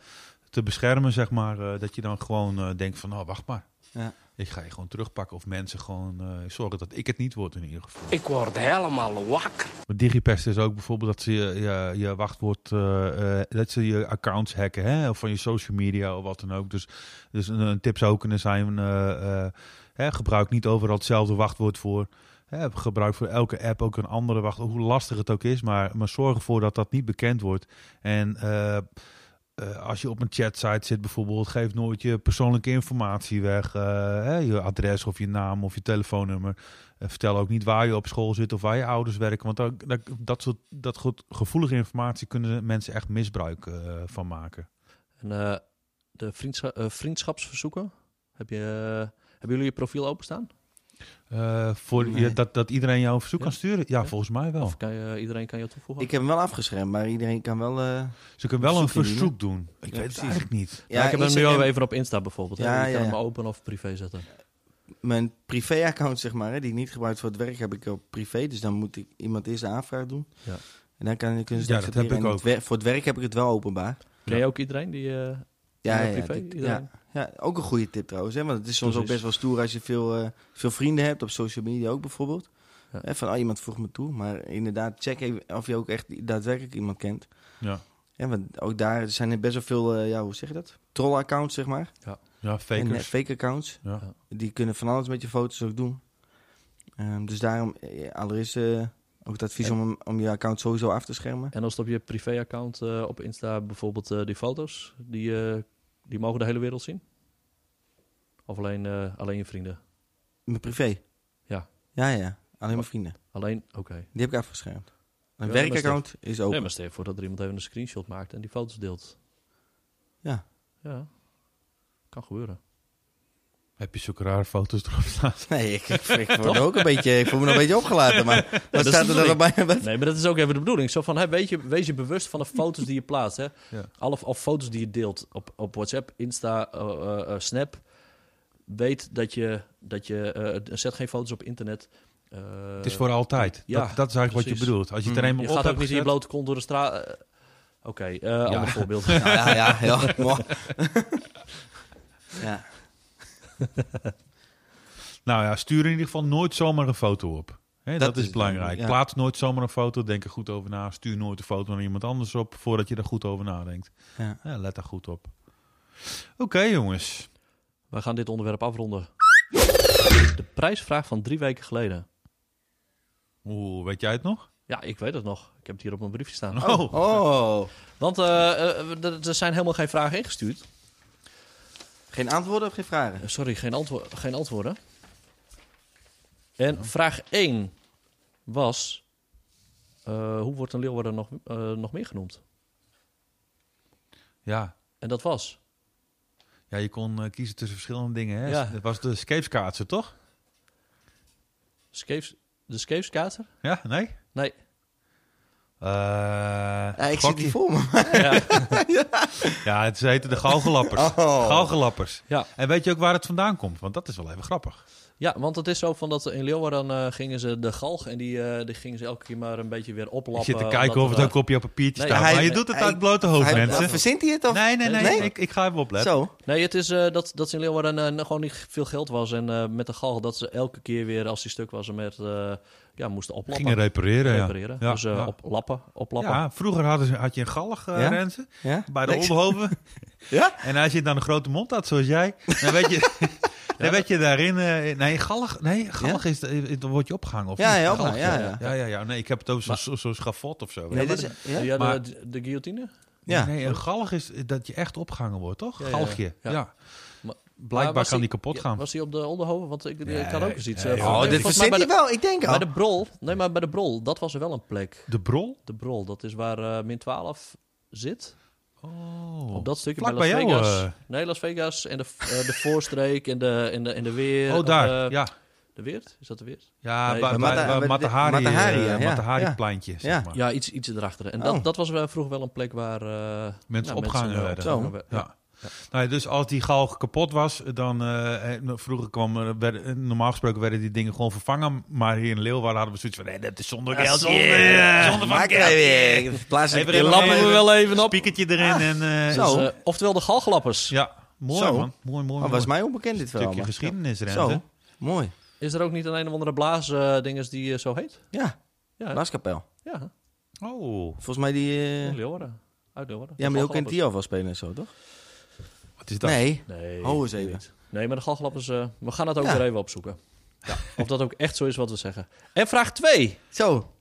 [SPEAKER 3] te beschermen, zeg maar, eh, dat je dan gewoon eh, denkt van, oh, wacht maar.
[SPEAKER 1] Ja.
[SPEAKER 3] Ik ga je gewoon terugpakken of mensen gewoon eh, zorgen dat ik het niet word in ieder geval.
[SPEAKER 5] Ik word helemaal wakker.
[SPEAKER 3] Maar digipest is ook bijvoorbeeld dat ze je, je, je wachtwoord, eh, eh, dat ze je accounts hacken, hè? of van je social media of wat dan ook. Dus, dus een, een tip zou kunnen zijn, eh, eh, hè, gebruik niet overal hetzelfde wachtwoord voor. Hè, gebruik voor elke app ook een andere wachtwoord, hoe lastig het ook is. Maar, maar zorg ervoor dat dat niet bekend wordt. En eh, eh, als je op een chatsite zit bijvoorbeeld, geef nooit je persoonlijke informatie weg. eh, hè, je adres of je naam of je telefoonnummer. Eh, vertel ook niet waar je op school zit of waar je ouders werken. Want dat, dat, dat soort dat goed, gevoelige informatie kunnen mensen echt misbruik eh, van maken.
[SPEAKER 2] En eh, de vriendscha- eh, vriendschapsverzoeken, heb je, eh, hebben jullie je profiel openstaan?
[SPEAKER 3] Eh, voor
[SPEAKER 1] Nee.
[SPEAKER 3] je, dat, dat iedereen jou een verzoek
[SPEAKER 2] Ja?
[SPEAKER 3] kan sturen? Ja,
[SPEAKER 2] Ja?
[SPEAKER 3] volgens mij wel.
[SPEAKER 2] Of kan je, iedereen kan je toevoegen?
[SPEAKER 1] ik heb hem wel afgeschermd, maar iedereen kan wel... eh,
[SPEAKER 3] Ze kunnen wel een
[SPEAKER 1] verzoek indienen.
[SPEAKER 3] verzoek doen. Ik weet
[SPEAKER 1] precies.
[SPEAKER 3] het eigenlijk niet.
[SPEAKER 2] ja, ik heb hem nu
[SPEAKER 1] Instagram-
[SPEAKER 2] al even op Insta bijvoorbeeld. hè.
[SPEAKER 1] Ja,
[SPEAKER 2] je
[SPEAKER 1] ja,
[SPEAKER 2] kan
[SPEAKER 1] ja.
[SPEAKER 2] hem open of privé zetten.
[SPEAKER 1] mijn privé-account, zeg maar, hè, die ik niet gebruik voor het werk, heb ik op privé. Dus dan moet ik iemand eerst de aanvraag doen.
[SPEAKER 2] Ja.
[SPEAKER 1] En dan kan ik dus
[SPEAKER 3] Ja, dat heb ik ook.
[SPEAKER 1] voor het werk heb ik het wel openbaar.
[SPEAKER 2] Ken je ook iedereen die... eh,
[SPEAKER 1] Ja,
[SPEAKER 2] Ja,
[SPEAKER 1] ja,
[SPEAKER 2] privé,
[SPEAKER 1] dit-
[SPEAKER 2] iedereen.
[SPEAKER 1] ja, ja, ook een goede tip trouwens. Hè? Want het is soms ook best
[SPEAKER 2] Precies.
[SPEAKER 1] wel stoer als je veel, eh, veel vrienden hebt op social media ook bijvoorbeeld.
[SPEAKER 2] Ja.
[SPEAKER 1] Hè, van, oh, iemand vroeg me toe. Maar inderdaad, check even of je ook echt daadwerkelijk iemand kent.
[SPEAKER 3] Ja,
[SPEAKER 1] Hè, want ook daar zijn er best wel veel, eh, ja, hoe zeg je dat? Troll-accounts, zeg maar.
[SPEAKER 3] ja
[SPEAKER 1] En eh,
[SPEAKER 3] fakers.
[SPEAKER 1] fake accounts.
[SPEAKER 3] Ja.
[SPEAKER 1] Die kunnen van alles met je foto's ook doen. Ehm, dus daarom, eh, allereerst eh, ook het advies
[SPEAKER 2] En-
[SPEAKER 1] om, om je account sowieso af te schermen.
[SPEAKER 2] En als het op je privé-account eh, op Insta bijvoorbeeld eh, die foto's, die, eh, die mogen de hele wereld zien? Of alleen, eh, alleen je vrienden?
[SPEAKER 1] Mijn privé.
[SPEAKER 2] Ja.
[SPEAKER 1] Ja, ja. Alleen mijn vrienden.
[SPEAKER 2] Alleen, oké.
[SPEAKER 1] Die heb ik afgeschermd. Mijn
[SPEAKER 2] Ja,
[SPEAKER 1] werkaccount is open.
[SPEAKER 2] Nee, maar stel je voor dat er iemand even een screenshot maakt en die foto's deelt.
[SPEAKER 1] Ja.
[SPEAKER 2] Ja, kan gebeuren.
[SPEAKER 3] Heb je zulke rare foto's erop staan?
[SPEAKER 1] (laughs) Nee, ik, ik, ik word ook een beetje, ik voel me nog een beetje opgelaten. Maar wat
[SPEAKER 2] is
[SPEAKER 1] staat
[SPEAKER 2] de
[SPEAKER 1] er dan op mij? Wat?
[SPEAKER 2] Nee, maar dat is ook even de bedoeling. Zo van, hè, weet je, wees je bewust van de foto's die je plaatst. Hè?
[SPEAKER 3] Ja.
[SPEAKER 2] Alle, of foto's die je deelt op, op WhatsApp, Insta, eh, eh, eh, Snap. Weet dat je, dat je eh, zet geen foto's op internet. Eh,
[SPEAKER 3] het is voor altijd.
[SPEAKER 2] ja,
[SPEAKER 3] dat, dat is eigenlijk wat je
[SPEAKER 2] precies.
[SPEAKER 3] bedoelt. Als je het
[SPEAKER 1] Mm.
[SPEAKER 3] er eenmaal
[SPEAKER 2] Je
[SPEAKER 3] op
[SPEAKER 2] gaat ook
[SPEAKER 3] hebt
[SPEAKER 2] niet in je
[SPEAKER 3] gezet-
[SPEAKER 2] blote kont door de straat. eh, Oké, eh ander (laughs) voorbeeld.
[SPEAKER 1] Nou, ja, ja, ja. mooi. ja.
[SPEAKER 3] Nou ja, stuur in ieder geval nooit zomaar een foto op. Hè, dat,
[SPEAKER 1] Dat
[SPEAKER 3] is
[SPEAKER 1] is-
[SPEAKER 3] belangrijk.
[SPEAKER 1] ja.
[SPEAKER 3] Plaats nooit zomaar een foto. Denk er goed over na. Stuur nooit een foto naar iemand anders op voordat je er goed over nadenkt.
[SPEAKER 1] Ja.
[SPEAKER 3] Ja, let daar goed op. Oké, jongens.
[SPEAKER 2] We gaan dit onderwerp afronden. De prijsvraag van drie weken geleden.
[SPEAKER 3] Oeh, weet jij het nog?
[SPEAKER 2] Ja, ik weet het nog. Ik heb het hier op mijn briefje staan.
[SPEAKER 3] Oh,
[SPEAKER 1] Oh,
[SPEAKER 2] Want eh, eh, we- er er zijn helemaal geen vragen ingestuurd.
[SPEAKER 1] geen antwoorden of geen vragen?
[SPEAKER 2] Eh, Sorry, geen, antwo- geen antwoorden. En vraag 1 was... eh, hoe wordt een Leeuwarder nog, eh, nog meer genoemd?
[SPEAKER 3] ja.
[SPEAKER 2] En dat was...
[SPEAKER 3] Ja, je kon eh, kiezen tussen verschillende dingen. Hè?
[SPEAKER 2] Ja.
[SPEAKER 3] Het was de skeepskaatsen, toch?
[SPEAKER 2] Skeefs, de Skeefskater?
[SPEAKER 3] Ja, nee?
[SPEAKER 2] (laughs) Nee.
[SPEAKER 3] Eh,
[SPEAKER 1] Ja, ik zit
[SPEAKER 3] gokkie.
[SPEAKER 1] hier voor me.
[SPEAKER 2] Ja.
[SPEAKER 3] Ja, het ze heten de galgelappers.
[SPEAKER 1] (laughs) Oh.
[SPEAKER 3] Galgelappers.
[SPEAKER 2] Ja.
[SPEAKER 3] En weet je ook waar het vandaan komt? Want dat is wel even grappig.
[SPEAKER 2] ja, want het is zo van dat in Leeuwarden eh, gingen ze de galg... en die, eh, die gingen ze elke keer maar een beetje weer oplappen.
[SPEAKER 3] Ik zit te
[SPEAKER 2] omdat
[SPEAKER 3] kijken of
[SPEAKER 2] er,
[SPEAKER 3] het
[SPEAKER 2] eh,
[SPEAKER 3] ook op je papiertje
[SPEAKER 2] Nee,
[SPEAKER 3] staat.
[SPEAKER 1] hij-
[SPEAKER 3] maar je doet het
[SPEAKER 1] hij-
[SPEAKER 3] uit blote hoofd,
[SPEAKER 1] Hij-
[SPEAKER 3] mensen.
[SPEAKER 1] Verzint hij het? Of?
[SPEAKER 3] Nee, nee, nee.
[SPEAKER 1] Nee?
[SPEAKER 3] Ik, ik ga even opletten.
[SPEAKER 1] Zo.
[SPEAKER 2] Nee, het is eh, dat, dat in Leeuwarden eh, gewoon niet veel geld was. En eh, met de galg dat ze elke keer weer, als die stuk was, hem met, eh, ja, moesten oplappen.
[SPEAKER 3] Gingen repareren, ja.
[SPEAKER 2] repareren.
[SPEAKER 3] Ja,
[SPEAKER 2] dus eh,
[SPEAKER 3] ja.
[SPEAKER 2] op lappen, oplappen.
[SPEAKER 3] Ja, vroeger hadden ze, had je een galg, eh
[SPEAKER 1] Ja?
[SPEAKER 3] Renze,
[SPEAKER 1] Ja?
[SPEAKER 3] bij de
[SPEAKER 1] Nee, ik- (laughs)
[SPEAKER 3] Oldenhoven.
[SPEAKER 1] Ja?
[SPEAKER 3] En als je dan een grote mond had, zoals jij, dan weet je, (laughs) dan weet je daarin... eh, nee, galg, nee, galg is, eh, dan word je opgehangen. Of
[SPEAKER 1] Ja,
[SPEAKER 3] niet?
[SPEAKER 1] ja,
[SPEAKER 3] Galg,
[SPEAKER 1] opgehangen, ja,
[SPEAKER 3] ja. Ja, ja, ja. Nee, ik heb het over zo'n zo, zo'n schavot of zo.
[SPEAKER 1] Nee, dit is- ja?
[SPEAKER 2] Die hadden
[SPEAKER 3] Maar-
[SPEAKER 2] de, Oh, de guillotine?
[SPEAKER 1] Ja.
[SPEAKER 3] Nee, een galg is dat je echt opgehangen wordt, toch?
[SPEAKER 2] Ja, ja,
[SPEAKER 3] Galgje,
[SPEAKER 2] ja.
[SPEAKER 3] ja.
[SPEAKER 2] Maar-
[SPEAKER 3] Blijkbaar
[SPEAKER 2] was
[SPEAKER 3] kan die kapot
[SPEAKER 2] ja,
[SPEAKER 3] gaan.
[SPEAKER 2] Was hij op de onderhoven? Want ik,
[SPEAKER 3] Nee,
[SPEAKER 2] ik had ook eens iets. eh,
[SPEAKER 3] nee,
[SPEAKER 2] van-
[SPEAKER 3] joh.
[SPEAKER 1] Oh,
[SPEAKER 2] nee,
[SPEAKER 1] dit
[SPEAKER 2] volgens mij
[SPEAKER 1] verzint hij
[SPEAKER 2] bij,
[SPEAKER 1] wel. Ik denk
[SPEAKER 2] de,
[SPEAKER 1] al.
[SPEAKER 2] bij de brol. Nee, maar bij de brol, dat was er wel een plek.
[SPEAKER 3] De brol?
[SPEAKER 2] De brol, dat is waar eh, min 12 zit.
[SPEAKER 3] Oh.
[SPEAKER 2] Op dat stukje
[SPEAKER 3] Vlak
[SPEAKER 2] bij Las
[SPEAKER 3] bij jou,
[SPEAKER 2] Vegas.
[SPEAKER 3] eh.
[SPEAKER 2] Nee, Las Vegas en de, eh, de voorstreek en de, en de, en de weer.
[SPEAKER 3] oh,
[SPEAKER 2] of
[SPEAKER 3] daar,
[SPEAKER 2] de-
[SPEAKER 3] ja.
[SPEAKER 2] De Weert? Is dat de Weert?
[SPEAKER 3] Ja,
[SPEAKER 2] eh, Nee,
[SPEAKER 3] bij,
[SPEAKER 2] bij
[SPEAKER 3] bij,
[SPEAKER 1] Mata-
[SPEAKER 3] bij
[SPEAKER 1] bij de-
[SPEAKER 3] Matahari,
[SPEAKER 1] Matahari,
[SPEAKER 3] eh,
[SPEAKER 1] ja, ja.
[SPEAKER 3] Matahari
[SPEAKER 1] Ja.
[SPEAKER 3] pleintje,
[SPEAKER 1] Ja.
[SPEAKER 3] zeg maar. Ja.
[SPEAKER 2] Ja, iets, iets erachter. En dat,
[SPEAKER 1] Oh.
[SPEAKER 2] dat was wel vroeger wel een plek waar... eh,
[SPEAKER 3] Mensen
[SPEAKER 2] ja,
[SPEAKER 3] opgehangen
[SPEAKER 2] eh,
[SPEAKER 3] werden.
[SPEAKER 2] opgehangen werden.
[SPEAKER 3] Nou, ja, dus als die galg kapot was, dan... eh, eh, vroeger kwam, er- werden, eh, normaal gesproken werden die dingen gewoon vervangen. Maar hier in Leeuwarden hadden we zoiets van... Nee, dat is zonder geld.
[SPEAKER 1] Zonder van weer. Plaats
[SPEAKER 3] Even
[SPEAKER 2] Die
[SPEAKER 1] een
[SPEAKER 2] lappen we wel even op.
[SPEAKER 3] Piekertje erin en... eh,
[SPEAKER 1] Ah. Zo.
[SPEAKER 2] Dus, eh, oftewel de galglappers.
[SPEAKER 3] Ja, mooi
[SPEAKER 1] Zo.
[SPEAKER 3] man. Mooi, mooi,
[SPEAKER 1] Oh,
[SPEAKER 3] mooi.
[SPEAKER 1] was mij onbekend dit verhaal.
[SPEAKER 3] stukje
[SPEAKER 1] maar-
[SPEAKER 3] geschiedenis, Rente.
[SPEAKER 1] Zo. Mooi.
[SPEAKER 2] Is er ook niet een een of andere blaasdinges die eh, zo heet?
[SPEAKER 1] Ja.
[SPEAKER 2] Ja.
[SPEAKER 1] Blaskapel.
[SPEAKER 2] Ja,
[SPEAKER 3] Oh,
[SPEAKER 1] Volgens mij die... eh,
[SPEAKER 2] in Leeuwarden. Uit Leeuwarden.
[SPEAKER 1] Ja, maar die ook in
[SPEAKER 2] Galglappers.
[SPEAKER 1] Tio wel spelen en zo, toch?
[SPEAKER 3] wat is dat?
[SPEAKER 1] Nee.
[SPEAKER 2] Nee.
[SPEAKER 1] Hou Oh, eens even.
[SPEAKER 2] Nee, maar de galglappers, eh, we gaan dat ook
[SPEAKER 1] Ja.
[SPEAKER 2] weer even opzoeken. Of dat ook echt zo is wat we zeggen. En vraag 2.
[SPEAKER 1] Zo.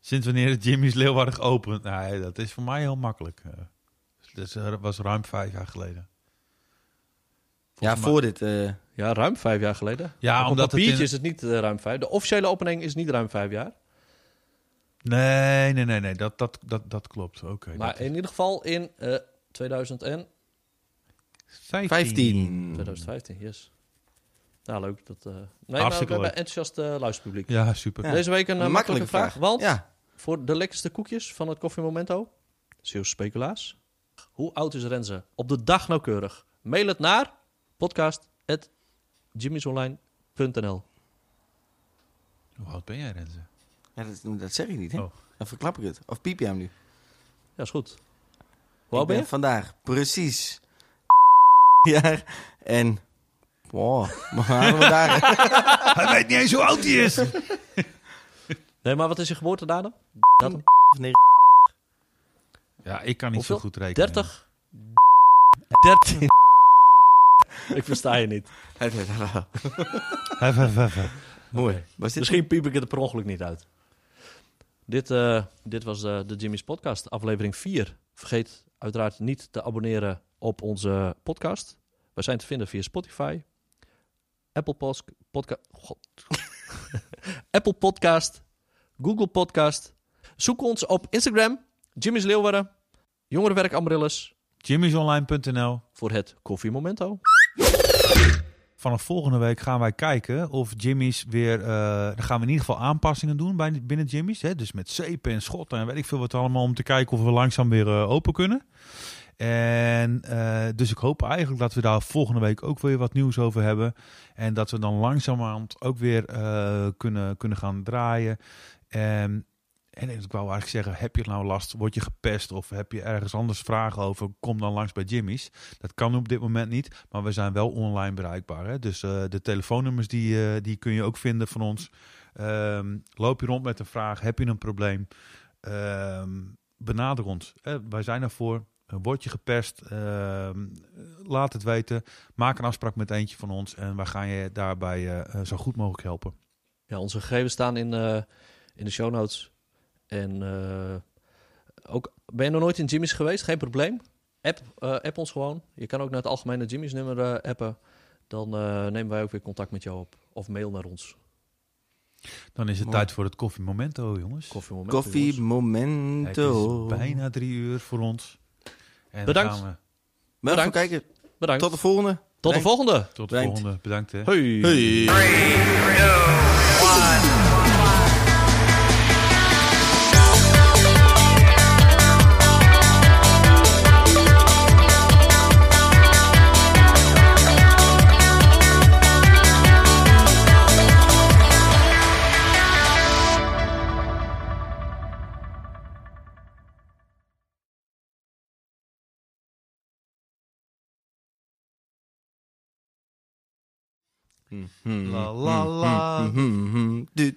[SPEAKER 3] Sinds wanneer is Jimmy's Leeuwarden geopend? Nee, dat is voor mij heel makkelijk. Eh, Dat is- dat was ruim vijf jaar geleden.
[SPEAKER 1] Ja, voor dit. eh,
[SPEAKER 2] Ja, ruim vijf jaar geleden.
[SPEAKER 3] Ja,
[SPEAKER 2] Op
[SPEAKER 3] omdat het
[SPEAKER 2] papiertje
[SPEAKER 3] in-
[SPEAKER 2] is het niet eh, ruim vijf. De officiële opening is niet ruim vijf jaar.
[SPEAKER 3] Nee, nee, nee, nee. Dat, dat, dat, dat klopt. Oké. dat
[SPEAKER 2] Maar
[SPEAKER 3] is-
[SPEAKER 2] in ieder geval in eh 2000 en
[SPEAKER 3] Mm.
[SPEAKER 1] 15.
[SPEAKER 2] 2015, yes. Nou, leuk. Dat, eh, nee, maar we
[SPEAKER 3] Hartstikke
[SPEAKER 2] hebben
[SPEAKER 3] leuk.
[SPEAKER 2] enthousiast eh, luisterpubliek.
[SPEAKER 3] Ja, super.
[SPEAKER 1] Ja.
[SPEAKER 2] Deze week een eh, makkelijke vraag. Want
[SPEAKER 1] Ja.
[SPEAKER 2] voor de lekkerste koekjes van het koffiemomento, Zeeuwse speculaas. Hoe oud is Renze? Op de dag nauwkeurig. Mail het naar podcast.jimmysonline.nl
[SPEAKER 3] Hoe oud ben jij, Renze?
[SPEAKER 1] Ja, dat, dat zeg ik niet, hè?
[SPEAKER 3] Oh.
[SPEAKER 1] Dan verklap ik het. Of piep je hem nu?
[SPEAKER 2] Ja, is goed. Hoe oud
[SPEAKER 1] ik
[SPEAKER 2] ben je?
[SPEAKER 1] vandaag precies (laughs) jaar en... Wow, (laughs) maar hadden we
[SPEAKER 2] (laughs)
[SPEAKER 1] daar... (laughs)
[SPEAKER 3] Hij weet niet eens hoe oud hij is.
[SPEAKER 2] Nee, maar wat is je geboortedatum? Datum?
[SPEAKER 3] Ja, ik kan niet
[SPEAKER 2] Hoeveel?
[SPEAKER 3] zo goed rekenen.
[SPEAKER 2] 30? 13? Ik versta je niet.
[SPEAKER 3] Even, even, even.
[SPEAKER 1] Mooi. Was
[SPEAKER 3] Dus
[SPEAKER 1] dit
[SPEAKER 2] Misschien piep ik het er per ongeluk niet uit. Dit, eh, dit was eh, de Jimmy's Podcast, aflevering 4. Vergeet uiteraard niet te abonneren op onze podcast. We zijn te vinden via Spotify, Apple, Post, podca God. (laughs) Apple Podcast, Google Podcast. Zoek ons op Instagram, Jimmy's Leeuwarden, Jongerenwerk Amaryllis,
[SPEAKER 3] Jimmysonline.nl.
[SPEAKER 2] voor het koffiemomento.
[SPEAKER 3] Vanaf volgende week gaan wij kijken of Jimmy's weer... eh, dan gaan we in ieder geval aanpassingen doen bij, binnen Jimmy's. Hè? Dus met zeep en schotten en weet ik veel wat allemaal... om te kijken of we langzaam weer eh, open kunnen. En eh, dus ik hoop eigenlijk dat we daar volgende week ook weer wat nieuws over hebben. En dat we dan langzamerhand ook weer eh, kunnen, kunnen gaan draaien. En En ik wou eigenlijk zeggen, heb je nou last? Word je gepest? Of heb je ergens anders vragen over? Kom dan langs bij Jimmy's. Dat kan op dit moment niet, maar we zijn wel online bereikbaar. Hè? Dus eh, de telefoonnummers die, eh, die kun je ook vinden van ons. Ehm, loop je rond met een vraag? Heb je een probleem? Ehm, benader ons. Eh, wij zijn ervoor. Eh, Word je gepest? Ehm, laat het weten. Maak een afspraak met eentje van ons en wij gaan je daarbij eh, eh, zo goed mogelijk helpen.
[SPEAKER 2] Ja, onze gegevens staan in, eh, in de show notes. En eh, ook, ben je nog nooit in Jimmy's geweest? Geen probleem. App, eh, app ons gewoon. Je kan ook naar het algemene Jimmy's nummer eh, appen. Dan eh, nemen wij ook weer contact met jou op. Of mail naar ons.
[SPEAKER 3] Dan is het
[SPEAKER 1] Mooi.
[SPEAKER 3] tijd voor het koffiemomento, jongens.
[SPEAKER 2] Koffie moment.
[SPEAKER 1] Koffie
[SPEAKER 2] jongens.
[SPEAKER 3] Het
[SPEAKER 1] Momento.
[SPEAKER 3] is bijna drie uur voor ons. En dan
[SPEAKER 2] Bedankt.
[SPEAKER 3] gaan we
[SPEAKER 1] Bedankt voor
[SPEAKER 2] Bedankt.
[SPEAKER 1] het kijken.
[SPEAKER 2] Bedankt.
[SPEAKER 1] Tot de volgende.
[SPEAKER 2] Tot de volgende.
[SPEAKER 3] tot de
[SPEAKER 1] Bedankt.
[SPEAKER 3] volgende. Bedankt hè.
[SPEAKER 2] Hoi.
[SPEAKER 1] Hey.
[SPEAKER 3] La
[SPEAKER 1] Hmm,
[SPEAKER 3] la la.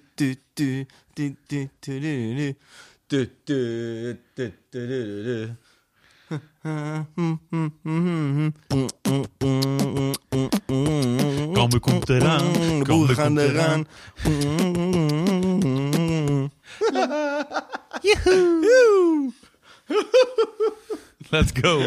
[SPEAKER 3] Kambe komt eraan.
[SPEAKER 1] Hmm, De
[SPEAKER 3] Kambe
[SPEAKER 1] boeren
[SPEAKER 3] komt
[SPEAKER 1] gaan eraan. Hmm.
[SPEAKER 3] Let's go.